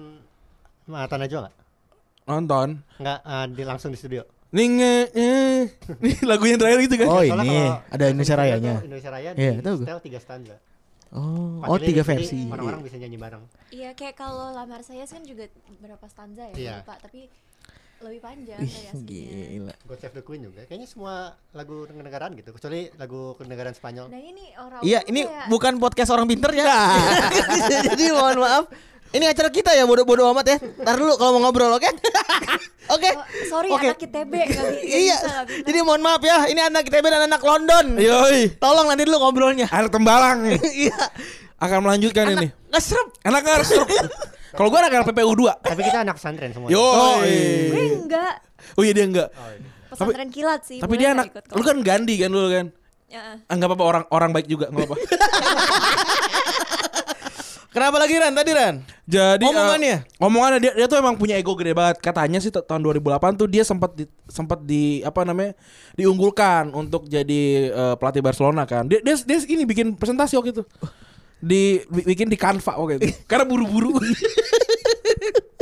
Speaker 1: Mata Najwa nggak?
Speaker 2: Nonton.
Speaker 1: Nggak, eh, di, langsung di studio.
Speaker 2: Nih nge- eh. Nih lagu yang terakhir gitu kan?
Speaker 3: Oh,
Speaker 1: Soalnya
Speaker 3: ini.
Speaker 1: kalau
Speaker 3: Ada Indonesia
Speaker 1: Raya
Speaker 3: Rayanya.
Speaker 1: tuh Indonesia Raya di
Speaker 3: Iya, tahu gue.
Speaker 1: setel tiga stanza.
Speaker 3: Oh,
Speaker 1: Pakai
Speaker 3: oh tiga
Speaker 1: lirik, jadi
Speaker 3: versi.
Speaker 1: Orang-orang bisa nyanyi bareng.
Speaker 5: Iya kayak kalau lamar saya kan juga berapa stanza ya
Speaker 1: Iya.
Speaker 5: lupa tapi lebih panjang
Speaker 3: Ih,
Speaker 5: dari aslinya.
Speaker 3: gila.
Speaker 1: God Save the Queen juga. Kayaknya semua lagu kenegaraan gitu, kecuali lagu kenegaraan Spanyol.
Speaker 5: Nah ini orang
Speaker 3: Iya,
Speaker 5: umum
Speaker 3: ini
Speaker 5: kayak-
Speaker 3: bukan podcast orang pinter ya. Jadi mohon maaf. Ini acara kita ya bodoh-bodoh amat ya. Ntar dulu kalau mau ngobrol oke? Oke.
Speaker 5: Oh, sorry
Speaker 3: Oke.
Speaker 5: anak ITB nggak bi- nggak
Speaker 3: Iya.
Speaker 5: bisa, nggak bisa.
Speaker 3: Jadi mohon maaf ya, ini anak kita dan anak London.
Speaker 2: Yoi.
Speaker 3: Tolong nanti dulu ngobrolnya.
Speaker 2: Anak tembalang nih.
Speaker 3: Iya.
Speaker 2: akan melanjutkan ini.
Speaker 3: Ngeserem.
Speaker 2: Anak harus Kalau gue anak PPU 2.
Speaker 1: Tapi kita anak pesantren semua.
Speaker 2: Yo.
Speaker 5: gue enggak
Speaker 2: Oh iya dia enggak.
Speaker 5: pesantren kilat sih.
Speaker 2: Tapi
Speaker 5: boleh
Speaker 2: dia
Speaker 5: nggak
Speaker 2: anak
Speaker 5: ikut
Speaker 2: lu
Speaker 5: kelas?
Speaker 2: kan ganti kan dulu kan.
Speaker 5: Ya, eh.
Speaker 2: Ah, Enggak apa-apa orang orang baik juga enggak apa-apa.
Speaker 3: Kenapa lagi Ran tadi Ran?
Speaker 2: Jadi eh,
Speaker 3: Omongannya?
Speaker 2: omongannya dia, dia tuh emang punya ego gede banget. Katanya sih ta- tahun 2008 tuh dia sempat di, sempat di apa namanya? diunggulkan untuk jadi eh, pelatih Barcelona kan. Dia, dia dia ini bikin presentasi waktu itu. Di bi- bikin di Canva waktu itu. Karena buru-buru.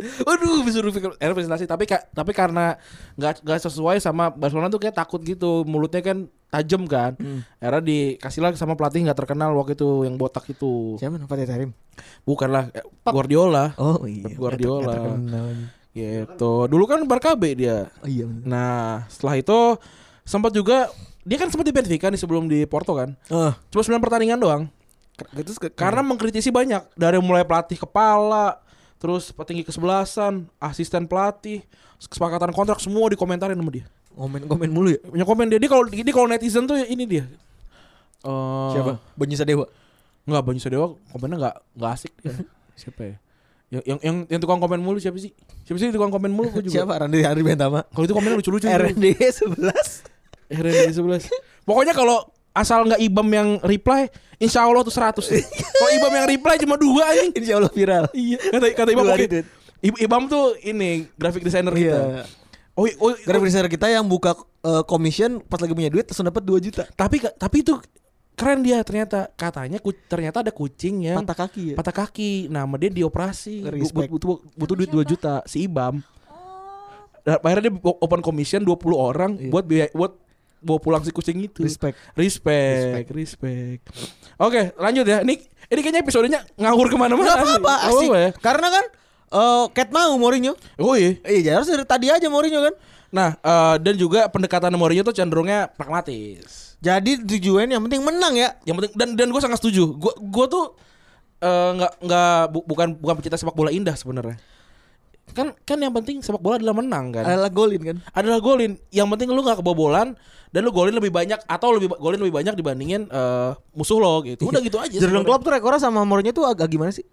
Speaker 2: Waduh, disuruh bikin akhirnya presentasi tapi ka- tapi karena nggak nggak sesuai sama Barcelona tuh kayak takut gitu. Mulutnya kan tajam kan. Akhirnya dikasih lah sama pelatih nggak terkenal waktu itu yang botak itu.
Speaker 3: Siapa? Fatih Tarim.
Speaker 2: Bukanlah eh, Guardiola.
Speaker 3: Oh iya.
Speaker 2: Pep Guardiola.
Speaker 3: Nggak terkenal.
Speaker 2: Gitu. Dulu kan Barkabe dia.
Speaker 3: Oh iya. bener.
Speaker 2: Nah, setelah itu sempat juga dia kan sempat di Benfica nih sebelum di Porto kan.
Speaker 3: Oh.
Speaker 2: Cuma 9 pertandingan doang. K- Gitu ke- karena mengkritisi banyak dari mulai pelatih kepala, terus petinggi kesebelasan, asisten pelatih, kesepakatan kontrak semua dikomentarin sama dia.
Speaker 3: Komen-komen mulu ya.
Speaker 2: Punya komen dia, dia kalau dia kalau netizen tuh ini dia. Eh,
Speaker 3: Siapa? Bonyu Sadewa.
Speaker 2: Enggak Banyu Sadewa komennya enggak enggak asik dia. siapa ya? Yang, yang yang yang tukang komen mulu siapa sih? Siapa sih tukang komen mulu Gua juga.
Speaker 3: Siapa? Randy Hari Bentama.
Speaker 2: Kalau itu komennya lucu-lucu.
Speaker 3: RD 11. iya,
Speaker 2: RND 11. Pokoknya kalau asal nggak Ibam yang reply, insya Allah tuh 100. kalau Ibam yang reply cuma dua anjing.
Speaker 3: Insya Allah viral.
Speaker 2: Iya, kata kata Ibam
Speaker 3: Dua
Speaker 2: oke.
Speaker 3: retweet.
Speaker 2: I- Ibam tuh ini graphic designer kita.
Speaker 3: gitu. Iya.
Speaker 2: Oh, i- oh, i-
Speaker 3: Graphic designer kita yang buka eh, commission pas lagi punya duit langsung dapat 2 juta.
Speaker 2: tapi tapi itu keren dia ternyata katanya ku- ternyata ada kucing yang
Speaker 3: Patah kaki ya.
Speaker 2: patah kaki. Nama dia dioperasi. Bu-
Speaker 3: Respect.
Speaker 2: butuh butuh duit 2 juta si Ibam.
Speaker 5: Oh,
Speaker 2: Dan akhirnya dia open commission 20 orang
Speaker 3: Iya.
Speaker 2: buat biaya buat bawa pulang si kucing itu.
Speaker 3: Respect.
Speaker 2: Respect, respect. Oke, lanjut ya. Ini ini kayaknya episodenya ngawur kemana-mana.
Speaker 3: Enggak apa-apa,
Speaker 2: Nggak
Speaker 3: asik.
Speaker 2: apa-apa ya.
Speaker 3: Karena kan eh Cat mau Mourinho.
Speaker 2: Oh iya.
Speaker 3: Iya, jadi harus dari tadi aja Mourinho kan.
Speaker 2: Nah, eh, dan juga pendekatan Mourinho tuh cenderungnya pragmatis.
Speaker 3: Jadi tujuan yang penting menang ya.
Speaker 2: Yang penting dan dan gue sangat setuju. Gue gue tuh eh, nggak nggak bu- bukan bukan pecinta sepak bola indah sebenarnya. Kan kan yang penting sepak bola adalah menang kan.
Speaker 3: Adalah golin kan.
Speaker 2: adalah golin. Yang penting lu nggak kebobolan dan lu golin lebih banyak atau lebih golin lebih banyak dibandingin eh, musuh lo gitu. Udah gitu aja.
Speaker 3: Iya. Jurgen
Speaker 2: sebenarnya.
Speaker 3: Klopp tuh rekornya sama Mourinho tuh agak gimana sih?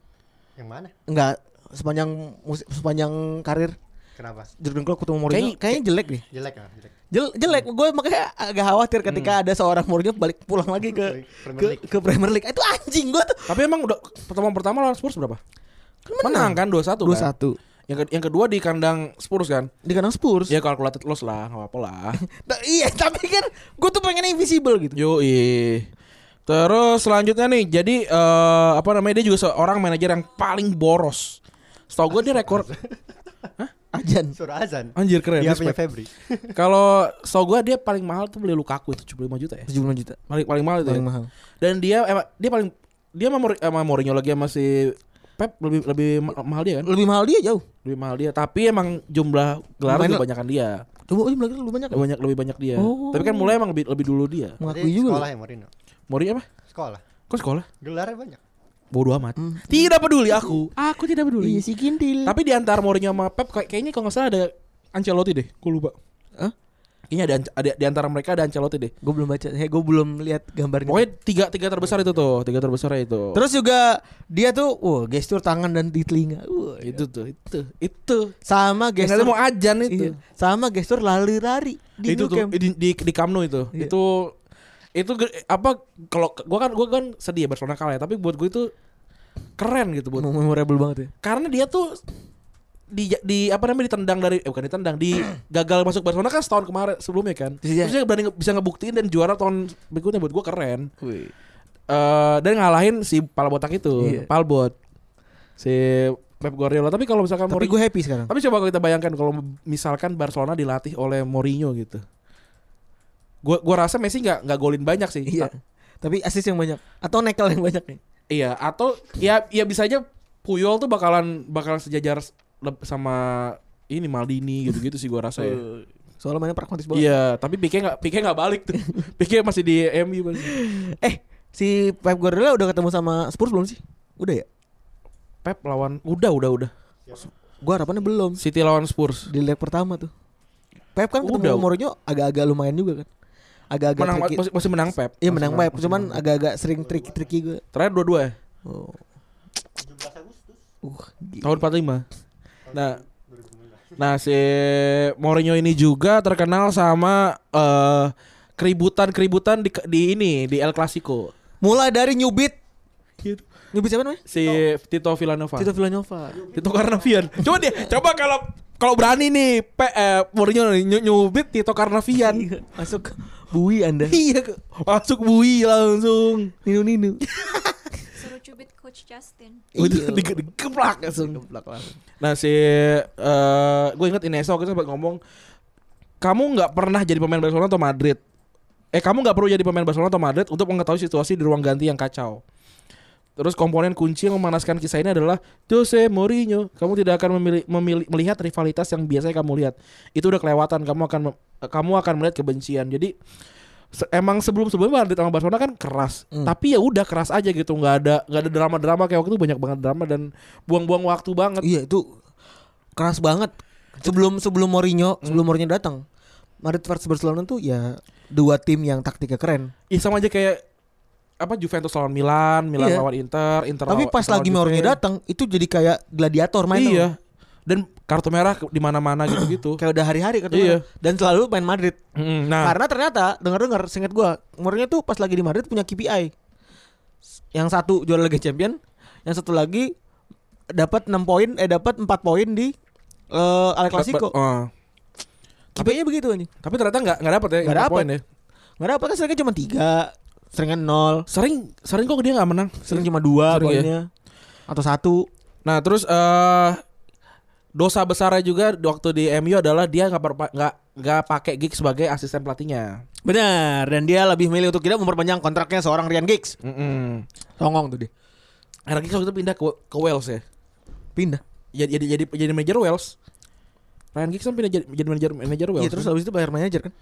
Speaker 1: Yang mana?
Speaker 3: Enggak sepanjang musim, sepanjang karir
Speaker 1: Kenapa?
Speaker 3: Jurgen Klopp ketemu Mourinho Hmm.
Speaker 2: Kayak-
Speaker 3: kayaknya jelek deh.
Speaker 1: Jelek nggak? Jelek.
Speaker 3: Jel- jelek gue makanya agak khawatir ketika ada seorang Mourinho balik pulang lagi ke
Speaker 1: Premier
Speaker 3: ke,
Speaker 1: League.
Speaker 3: ke Hmm. Premier League itu anjing gue tuh
Speaker 2: Tapi emang udah pertemuan pertama lawan Spurs berapa? Menang, kan 2-1
Speaker 3: dua
Speaker 2: kan?
Speaker 3: satu
Speaker 2: Yang, ke- yang kedua di kandang Spurs kan?
Speaker 3: di kandang Spurs
Speaker 2: Ya calculated loss lah, gak apa-apa lah
Speaker 3: Nah, iya tapi kan gue tuh pengen invisible gitu
Speaker 2: Yoi Terus selanjutnya nih, jadi eh, apa namanya dia juga seorang manajer yang paling boros. Setahu gue dia rekor
Speaker 3: ajan
Speaker 1: Surah azan.
Speaker 3: Oh,
Speaker 2: anjir keren.
Speaker 3: iya,
Speaker 1: Dia Iya, punya
Speaker 2: respect.
Speaker 1: Febri.
Speaker 2: Kalau setahu gue dia paling mahal tuh beli Lukaku itu 75 juta ya.
Speaker 3: 75 juta
Speaker 1: Iya.
Speaker 2: Paling paling mahal itu.
Speaker 3: paling
Speaker 2: ya.
Speaker 3: mahal
Speaker 2: Dan dia emang dia paling dia sama, Mor- sama Mourinho lagi sama si Pep lebih lebih ma- mahal dia kan?
Speaker 3: Lebih mahal dia jauh.
Speaker 2: Lebih mahal dia, tapi emang jumlah gelar
Speaker 3: Lumayan
Speaker 2: lebih
Speaker 3: lah.
Speaker 2: banyakan dia.
Speaker 3: Coba aja bilang lebih banyak.
Speaker 2: Lebih banyak lebih banyak dia.
Speaker 3: Oh.
Speaker 2: Tapi kan mulai emang lebih lebih dulu dia.
Speaker 3: Mengakui
Speaker 1: Berarti
Speaker 3: juga.
Speaker 1: sekolah ya Mourinho.
Speaker 2: Mori apa?
Speaker 1: Sekolah.
Speaker 2: Kok sekolah?
Speaker 1: Gelarnya banyak.
Speaker 2: Bodoh amat. Tidak peduli aku. Aku tidak peduli.
Speaker 3: Iya si Kindil.
Speaker 2: Tapi di antara Mourinho sama Pep kayak- kayaknya kalau nggak salah ada Ancelotti deh. Gue lupa.
Speaker 3: Hah?
Speaker 2: Kayaknya ada, ada di antara mereka ada Ancelotti deh.
Speaker 3: Gue belum baca. Hei, gue belum lihat gambarnya.
Speaker 2: Pokoknya tiga tiga terbesar itu tuh, tiga terbesar itu.
Speaker 3: Terus juga dia tuh, wah gestur tangan dan di telinga. Wah,
Speaker 2: itu tuh, itu, itu.
Speaker 3: sama
Speaker 2: Yang
Speaker 3: gestur
Speaker 2: nanti mau ajan itu.
Speaker 3: Iya. Sama gestur lari-lari di
Speaker 2: itu
Speaker 3: itu
Speaker 2: tuh di di, di Camp Nou itu.
Speaker 3: Iya.
Speaker 2: Itu itu ge- apa kalau gua kan gua kan sedih ya Barcelona kalah ya, tapi buat gue itu keren gitu buat.
Speaker 3: Memorable banget ya.
Speaker 2: Karena dia tuh di di apa namanya ditendang dari eh bukan ditendang di gagal masuk Barcelona kan setahun kemarin sebelumnya kan.
Speaker 3: Iya.
Speaker 2: Terus dia berani nge- bisa ngebuktiin dan juara tahun berikutnya buat gua keren. Eh, dan ngalahin si pala botak itu,
Speaker 3: Iya.
Speaker 2: Palbot. Si Pep Guardiola. Tapi kalau misalkan
Speaker 3: Tapi
Speaker 2: Mourinho-
Speaker 3: gue happy sekarang.
Speaker 2: tapi coba kalau kita bayangkan kalau misalkan Barcelona dilatih oleh Mourinho gitu. Gua gua rasa Messi nggak nggak golin banyak sih.
Speaker 3: Iya.
Speaker 2: Ta-
Speaker 3: Tapi assist yang banyak atau nekel yang banyak nih.
Speaker 2: iya, atau ya ya bisa aja Puyol tuh bakalan bakalan sejajar s- leb- sama ini Maldini gitu-gitu sih gua rasa ya.
Speaker 3: Soalnya mainnya pragmatis banget.
Speaker 2: Iya, tapi Pique nggak Pique nggak balik tuh. Pique masih di MU masih.
Speaker 3: Eh, si Pep Guardiola udah ketemu sama Spurs belum sih? Udah ya?
Speaker 2: Pep lawan udah udah udah.
Speaker 3: Gue harapannya belum.
Speaker 2: City lawan Spurs.
Speaker 3: Di leg pertama tuh. Pep kan
Speaker 2: Udah.
Speaker 3: ketemu Mourinho agak-agak lumayan juga kan. Agak-agak
Speaker 2: Menang
Speaker 3: tricky.
Speaker 2: masih, masih menang Pep.
Speaker 3: Iya menang Pep,
Speaker 2: masih
Speaker 3: cuman
Speaker 2: menang.
Speaker 3: agak-agak sering trik-triki gue.
Speaker 2: terakhir dua-dua ya.
Speaker 3: Oh. Uh, gila.
Speaker 2: tahun 45. Nah, nah si Mourinho ini juga terkenal sama eh, keributan-keributan di, di ini di El Clasico.
Speaker 3: Mulai dari nyubit.
Speaker 2: Gitu.
Speaker 3: Nyubit siapa namanya?
Speaker 2: Si Tito Villanova.
Speaker 3: Tito Villanova.
Speaker 2: Tito Karnavian. Coba dia, coba kalau kalau berani nih Pe, eh, Mourinho nih, nyu- nyubit Tito Karnavian.
Speaker 3: Iya. Masuk bui Anda.
Speaker 2: iya, ke- masuk bui langsung.
Speaker 3: Ninu ninu.
Speaker 5: Suruh cubit coach Justin.
Speaker 3: Iya.
Speaker 2: Udah dike- dikeplak langsung. Nah si gue inget Ineso kita sempat ngomong kamu nggak pernah jadi pemain Barcelona atau Madrid. Eh kamu nggak perlu jadi pemain Barcelona atau Madrid untuk mengetahui situasi di ruang ganti yang kacau. Terus komponen kunci yang memanaskan kisah ini adalah Jose Mourinho. Kamu tidak akan memilih, memilih- melihat rivalitas yang biasanya kamu lihat. Itu udah kelewatan. Kamu akan mem- kamu akan melihat kebencian. Jadi se- emang sebelum sebelumnya Madrid sama Barcelona kan keras. Tapi ya udah keras aja gitu. Nggak ada nggak ada drama-drama kayak waktu itu banyak banget drama dan buang-buang waktu banget.
Speaker 3: Iya itu keras banget. Sebelum sebelum
Speaker 2: Hmm.
Speaker 3: Mourinho, sebelum Mourinho datang, Madrid versus Barcelona tuh ya dua tim yang taktiknya keren.
Speaker 2: Iya sama aja kayak apa Juventus lawan Milan, Milan
Speaker 3: Iya.
Speaker 2: lawan Inter, Inter
Speaker 3: Tapi
Speaker 2: lawan-
Speaker 3: pas
Speaker 2: Inter
Speaker 3: lagi
Speaker 2: lawan
Speaker 3: Mourinho
Speaker 2: Juve.
Speaker 3: datang, itu jadi kayak gladiator main.
Speaker 2: gitu ya. Iya. Dan kartu merah ke- di mana-mana gitu-gitu.
Speaker 3: tuh. Kayak udah hari-hari kan.
Speaker 2: Iya.
Speaker 3: Dan selalu main Madrid.
Speaker 2: Mm, nah,
Speaker 3: Karena ternyata dengar-dengar singkat gua, Mourinho tuh pas lagi di Madrid punya KPI. Yang satu juara Liga Champion, yang satu lagi dapat 6 poin eh dapat 4 poin di eh Al Clasico.
Speaker 2: Eh,
Speaker 3: KPI-nya begitu anjing.
Speaker 2: tapi ternyata nggak nggak dapat ya.
Speaker 3: Nggak
Speaker 2: info
Speaker 3: dapet.
Speaker 2: poin ya.
Speaker 3: Enggak dapat kan seringnya cuma 3, seringnya 0,
Speaker 2: Sering sering kok dia nggak menang.
Speaker 3: sering cuma 2
Speaker 2: Sering ya.
Speaker 3: poinnya. Atau satu
Speaker 2: Nah, terus eh dosa besarnya juga waktu di MU adalah dia nggak perpa- nggak nggak pakai gig sebagai asisten pelatihnya.
Speaker 3: Benar, dan dia lebih milih untuk tidak memperpanjang kontraknya seorang Ryan Giggs.
Speaker 2: Mm-mm.
Speaker 3: Songong tuh dia.
Speaker 2: Akhirnya Giggs waktu itu pindah ke, ke Wales ya.
Speaker 3: Pindah.
Speaker 2: Jadi jadi jadi, jadi manajer Wales. Ryan Giggs kan pindah jadi, jadi manajer manajer Wales.
Speaker 3: Iya, terus
Speaker 2: kan?
Speaker 3: habis itu bayar manajer kan?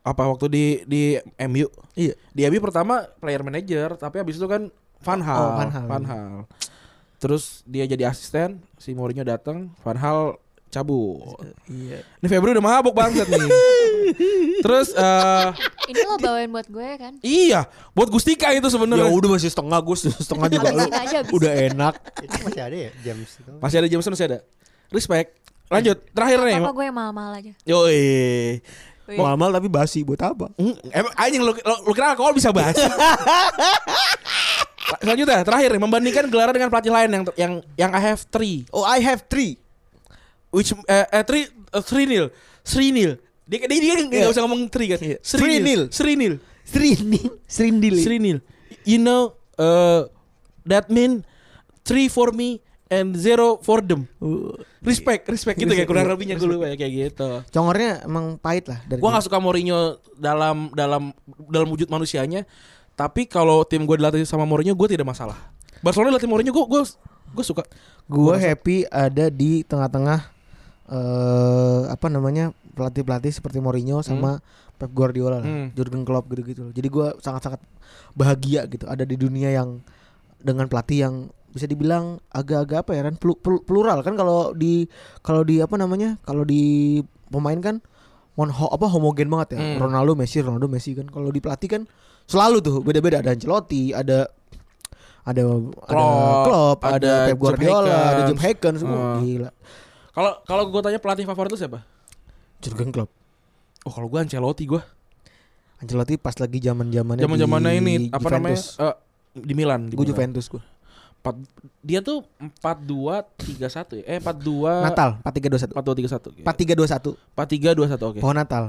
Speaker 2: apa waktu di di MU
Speaker 3: Iya.
Speaker 2: di MU pertama player manager tapi habis itu kan Van Hal
Speaker 3: Oh, Van Hal.
Speaker 2: terus dia jadi asisten si Mourinho datang Van Hal cabut
Speaker 3: Iya.
Speaker 2: ini Febri udah mabuk banget nih terus eh
Speaker 5: Ini lo bawain buat gue kan?
Speaker 2: iya buat Gustika itu
Speaker 3: Ya
Speaker 2: sebenarnya
Speaker 3: udah masih setengah Gus, setengah juga lu.
Speaker 5: Habisin aja, habisin.
Speaker 2: eh,
Speaker 3: Udah enak.
Speaker 1: Itu masih ada ya James itu.
Speaker 2: masih ada Jameson masih ada respect lanjut terakhir nih
Speaker 5: Apa gue yang mahal-mahal aja?
Speaker 2: yoi
Speaker 3: Mal-mal tapi basi buat apa?
Speaker 2: Hmm, emang anjing lu, lu, lu kira alkohol bisa bahas. Selanjutnya terakhir nih, membandingkan gelaran dengan pelatih lain yang yang yang I have three
Speaker 3: Oh I have three.
Speaker 2: which eh, eh three eh, three nil three nil dia dia, dia nggak
Speaker 3: Yeah.
Speaker 2: usah ngomong three kan
Speaker 3: Yeah.
Speaker 2: three
Speaker 3: Three
Speaker 2: nil
Speaker 3: nil.
Speaker 2: three nil
Speaker 3: Srini, Srindili.
Speaker 2: three nil you know uh, that mean three for me and zero for them respect respect gitu kayak kurang lebihnya gue lupa ya kayak gitu
Speaker 3: Congornya emang pahit lah dari.
Speaker 2: gue nggak suka Mourinho dalam dalam dalam wujud manusianya tapi kalau tim gue dilatih sama Mourinho gue tidak masalah Barcelona dilatih Mourinho gue gue Gue suka.
Speaker 3: Gue happy ada di tengah-tengah eh apa namanya pelatih-pelatih seperti Mourinho sama Pep Guardiola, lah,
Speaker 2: Hmm.
Speaker 3: Jurgen Klopp gitu-gitu. loh. Jadi gue sangat-sangat bahagia gitu ada di dunia yang dengan pelatih yang bisa dibilang agak-agak apa ya kan plural kan kalau di kalau di apa namanya kalau di pemain kan mon ho- apa homogen banget ya
Speaker 2: Hmm.
Speaker 3: Ronaldo Messi Ronaldo Messi kan kalau di pelatih kan selalu tuh beda-beda ada Ancelotti ada ada ada
Speaker 2: Klopp,
Speaker 3: Klopp ada,
Speaker 2: ada
Speaker 3: Pep
Speaker 2: Jim
Speaker 3: Guardiola ada
Speaker 2: Hackens.
Speaker 3: Jim Hackens semua
Speaker 2: Oh.
Speaker 3: gila
Speaker 2: Kalau kalau gue tanya pelatih favorit lu siapa?
Speaker 3: Jurgen Klopp
Speaker 2: Oh kalau gue Ancelotti gue.
Speaker 3: Ancelotti pas lagi zaman zamannya
Speaker 2: Zaman zamannya ini apa namanya?
Speaker 3: Juventus.
Speaker 2: eh, di Milan. Di Eh,
Speaker 3: gue
Speaker 2: Milan.
Speaker 3: Juventus gue
Speaker 2: Empat, dia tuh empat dua tiga satu ya? Eh empat dua.
Speaker 3: Natal 4321
Speaker 2: Empat dua tiga satu.
Speaker 3: 4321
Speaker 2: Empat tiga dua satu. Oke.
Speaker 3: pohon Natal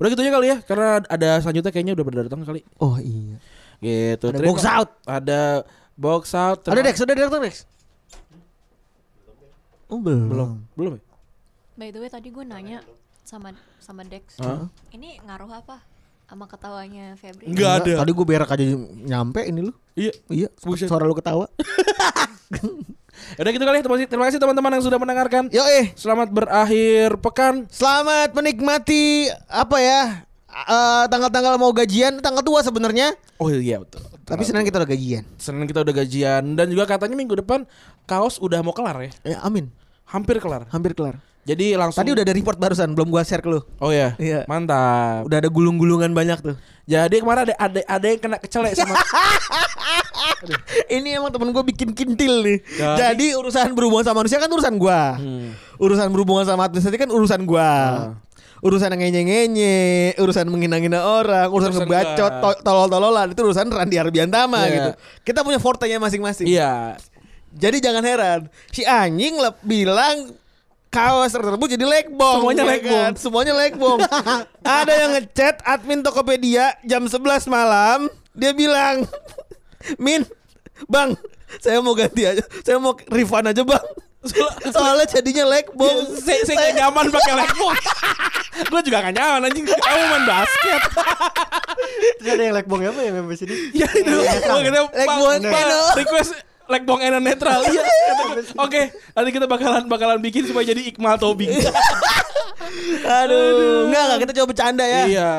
Speaker 2: Udah gitu aja kali ya, karena ada selanjutnya kayaknya udah pada datang kali.
Speaker 3: oh iya
Speaker 2: Gitu.
Speaker 3: Ada
Speaker 2: Terima-
Speaker 3: box out.
Speaker 2: Ada box out.
Speaker 3: ada Dex udah datang Dex oh belum
Speaker 2: Belum. Belum ya?
Speaker 5: By the way tadi gue nanya sama sama Dex.
Speaker 2: Hah?
Speaker 5: Ini ngaruh apa sama ketawanya Febri?
Speaker 2: Enggak ada.
Speaker 3: tadi gue berak aja nyampe ini lu
Speaker 2: Iya.
Speaker 3: iya
Speaker 2: Buset.
Speaker 3: suara lu ketawa
Speaker 2: Udah gitu kali ya. Terima kasih- Terima kasih teman-teman yang sudah mendengarkan.
Speaker 3: yo eh
Speaker 2: Selamat berakhir pekan.
Speaker 3: Selamat menikmati apa ya? eh, tanggal-tanggal mau gajian, tanggal tua sebenarnya.
Speaker 2: Oh iya betul.
Speaker 3: Tapi senang kita udah gajian.
Speaker 2: Senin kita udah gajian dan juga katanya minggu depan kaos udah mau kelar ya.
Speaker 3: Eh, amin.
Speaker 2: Hampir kelar.
Speaker 3: Hampir kelar.
Speaker 2: Jadi langsung
Speaker 3: Tadi udah ada report barusan, belum gua share ke lu.
Speaker 2: Oh iya.
Speaker 3: Iya.
Speaker 2: Mantap.
Speaker 3: Udah ada gulung-gulungan banyak tuh.
Speaker 2: Jadi kemarin ada ada, ada yang kena kecelek sama
Speaker 3: Ini emang temen gue bikin kintil nih.
Speaker 2: Jadi-
Speaker 3: Jadi urusan berhubungan sama manusia kan urusan gua. Urusan berhubungan sama administrasi kan urusan gua. Urusan ngenye-ngenye, urusan menghina-hina orang, urusan,
Speaker 2: Urusan
Speaker 3: ngebacot,
Speaker 2: gua.
Speaker 3: to- tolol-tololan itu urusan Randi Arbiantama
Speaker 2: Iya.
Speaker 3: gitu. Kita punya fortanya masing-masing.
Speaker 2: Iya.
Speaker 3: Jadi jangan heran si anjing lep bilang kaos tertebus jadi legbong
Speaker 2: Semuanya
Speaker 3: ya
Speaker 2: legbong.
Speaker 3: kan? semuanya legbong ada yang ngechat admin Tokopedia jam 11 malam dia bilang Min Bang saya mau ganti aja saya mau refund aja bang soalnya jadinya legbong
Speaker 2: Iya, Saya saya gak nyaman pakai lekbok. Gue juga gak nyaman anjing. Kamu main basket.
Speaker 1: Terus ada yang lekbong apa yang sampai sini?
Speaker 2: ya itu
Speaker 1: iya.
Speaker 2: gue kira bang,
Speaker 3: Bong
Speaker 2: Bang,
Speaker 3: Eno.
Speaker 2: request like bong Eno netral iya kata gua. oke nanti kita bakalan bakalan bikin supaya jadi Iqmal Tobing
Speaker 3: aduh enggak enggak kita coba bercanda ya
Speaker 2: iya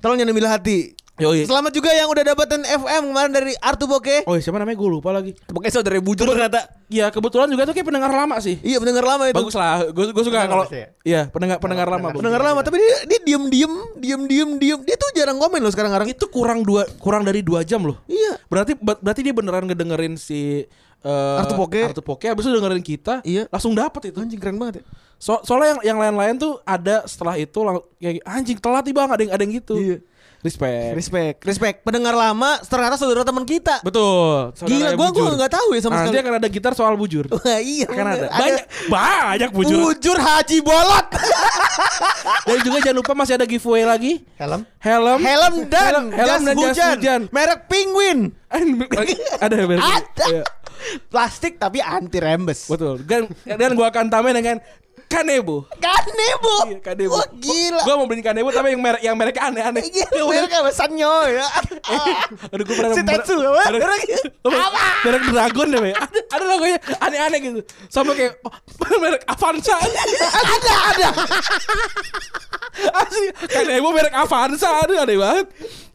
Speaker 3: tolong jangan ambil hati
Speaker 2: Yoi.
Speaker 3: selamat juga yang udah dapetin FM kemarin dari Artu Boke
Speaker 2: oh siapa namanya gue lupa lagi
Speaker 3: Boke saudara bujur ternyata
Speaker 2: Iya kebetulan juga tuh kayak pendengar lama sih
Speaker 3: iya pendengar lama itu
Speaker 2: bagus lah gue gue suka
Speaker 1: Pendengar
Speaker 2: kalau
Speaker 1: pasti ya?
Speaker 2: iya pendengar pendengar lama bagus.
Speaker 3: Pendengar lama, Oh, tapi dia, dia diem diem diem diem diem. Dia tuh jarang komen loh sekarang sekarang.
Speaker 2: itu kurang dua kurang dari dua jam loh
Speaker 3: Iya.
Speaker 2: berarti ber- berarti dia beneran ngedengerin si eh,
Speaker 3: Artu Poke.
Speaker 2: Artu Poke habis itu dengerin kita
Speaker 3: Iya.
Speaker 2: langsung dapat itu
Speaker 3: Anjing keren banget ya.
Speaker 2: So- soalnya yang yang lain-lain tuh ada setelah itu lang- kayak anjing telat nih bang ada yang ada yang gitu.
Speaker 3: Iya.
Speaker 2: Respect.
Speaker 3: Respect, respect. Pendengar lama ternyata saudara teman kita.
Speaker 2: Betul.
Speaker 3: Gila, gua gua nggak tahu ya sama
Speaker 2: Nanti
Speaker 3: sekali.
Speaker 2: akan ada gitar soal bujur.
Speaker 3: Wah, iya.
Speaker 2: Akan
Speaker 3: bener.
Speaker 2: ada. Banyak banyak bujur.
Speaker 3: Bujur Haji Bolot.
Speaker 2: Dan juga jangan lupa masih ada giveaway lagi.
Speaker 1: Helm.
Speaker 2: Helm.
Speaker 3: Helm dan
Speaker 2: helm, helm
Speaker 3: jas
Speaker 2: dan jas
Speaker 3: hujan.
Speaker 2: hujan.
Speaker 3: Merek Penguin.
Speaker 2: Eh, ada yang beres.
Speaker 3: Ada.
Speaker 2: Iya.
Speaker 3: Plastik tapi anti rembes.
Speaker 2: Betul. Dan dan gua akan tambahin dengan Kanebo.
Speaker 3: Kanebo.
Speaker 2: Iya, Kanebo.
Speaker 3: Wah, gila.
Speaker 2: Gua mau beliin Kanebo tapi yang merek yang mereknya aneh-aneh.
Speaker 3: Gila, merek apa? Sanyo ya.
Speaker 2: Aduh gue pernah
Speaker 3: Si Tetsu, apa? Merek- Apa?
Speaker 2: Merek Dragon deh ya Ada, ada logonya aneh-aneh gitu Sama kayak oh, Merek Avanza
Speaker 3: Ada, ada.
Speaker 2: Asli Karena ibu merek Avanza Aduh aneh banget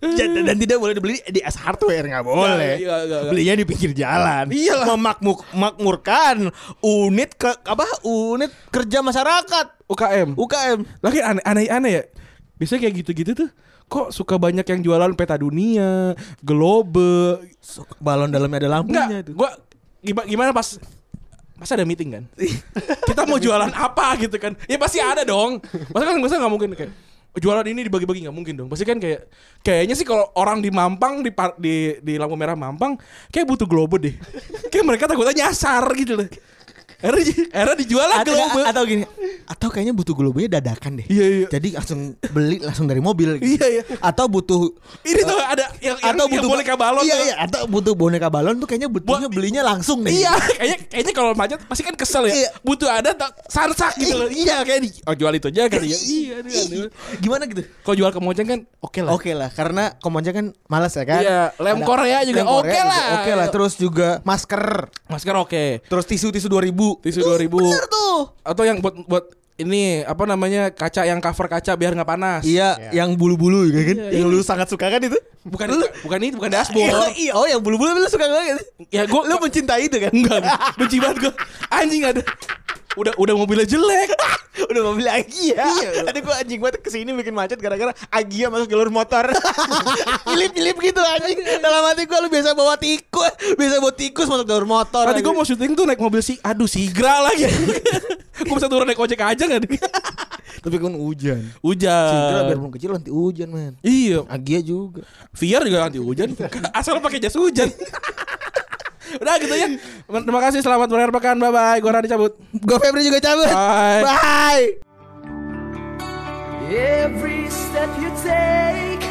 Speaker 3: Ja- dan tidak boleh dibeli di as hardware nggak boleh
Speaker 2: Iya, iya, iya.
Speaker 3: belinya di pinggir jalan Iyalah. memakmuk makmurkan unit ke apa unit kerja masyarakat
Speaker 2: UKM
Speaker 3: UKM
Speaker 2: Lagi aneh-aneh ya Biasanya kayak gitu-gitu tuh Kok suka banyak yang jualan peta dunia Globe
Speaker 3: balon dalamnya ada lampunya
Speaker 2: Enggak
Speaker 3: itu
Speaker 2: Gue Gimana pas Masa ada meeting kan Kita mau jualan apa gitu kan Ya pasti ada dong Masa kan masa gak mungkin kayak Jualan ini dibagi-bagi nggak mungkin dong Pasti kan kayak Kayaknya sih kalau orang di Mampang di, par- di, di lampu merah Mampang Kayak butuh globe deh Kayak mereka takutnya nyasar gitu loh Akhirnya, akhirnya dijual lah
Speaker 3: atau,
Speaker 2: gelobe.
Speaker 3: atau gini atau kayaknya butuh gelobe dadakan deh
Speaker 2: Iya, iya.
Speaker 3: jadi langsung beli langsung dari mobil gitu.
Speaker 2: Iya, iya.
Speaker 3: atau butuh
Speaker 2: Ini tuh ada yang yang,
Speaker 3: atau
Speaker 2: yang
Speaker 3: butuh
Speaker 2: boneka balon.
Speaker 3: iya,
Speaker 2: tuh.
Speaker 3: iya atau butuh boneka balon tuh kayaknya butuhnya belinya langsung deh
Speaker 2: Iya, kayaknya kayaknya kalau macet pasti kan kesel ya.
Speaker 3: Iya.
Speaker 2: Butuh ada tak sarsak gitu loh. Iya, kayak di oh, jual itu aja kali ya. Iya, aduh, aduh.
Speaker 3: gimana gitu
Speaker 2: Kalau jual ke Mojang kan oke lah.
Speaker 3: oke lah karena komonnya kan malas ya kan
Speaker 2: Iya, lem
Speaker 3: Ada-
Speaker 2: Korea juga
Speaker 3: lem Korea
Speaker 2: oke lah.
Speaker 3: oke lah terus juga masker
Speaker 2: Masker oke.
Speaker 3: terus tisu tisu 2000
Speaker 2: Tisu
Speaker 3: Tuh,
Speaker 2: 2000.
Speaker 3: bener tuh
Speaker 2: Atau yang buat buat ini apa namanya kaca yang cover kaca biar nggak panas.
Speaker 3: Iya, yang bulu-bulu ya kan? yang lu sangat suka kan itu?
Speaker 2: Bukan itu, bukan itu, bukan
Speaker 3: Iya,
Speaker 2: dashboard.
Speaker 3: iya, oh yang bulu-bulu lu suka banget. kan?
Speaker 2: ya gue
Speaker 3: Lu mencintai itu kan?
Speaker 2: enggak benci banget gue. Anjing ada. Udah udah mobilnya jelek.
Speaker 3: Udah mau beli Agia. Tadi gua anjing banget kesini bikin macet gara-gara Agia masuk jalur motor. Nyilip-nyilip gitu anjing. Dalam hati gua lu biasa bawa tikus, biasa bawa tikus masuk jalur motor.
Speaker 2: Tadi gue mau syuting tuh naik mobil si aduh si Igra lagi. gue bisa turun naik ojek aja gak nih?
Speaker 3: tapi kan hujan. Cindra
Speaker 2: Hujan.
Speaker 3: biarpun kecil nanti hujan, man.
Speaker 2: Iya,
Speaker 3: Agia juga.
Speaker 2: VR juga anti hujan. Asal pakai jas hujan. Udah gitu ya. Terima kasih selamat berakhir pekan. Bye bye. Gua Rani cabut.
Speaker 3: Gua Febri juga cabut.
Speaker 2: Bye.
Speaker 3: Bye.
Speaker 6: Every step you take,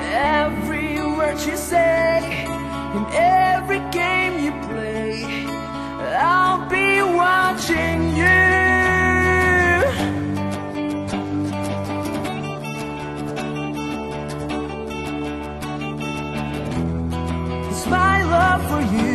Speaker 6: every word you say, in every game you play, I'll be watching you. It's my love for you.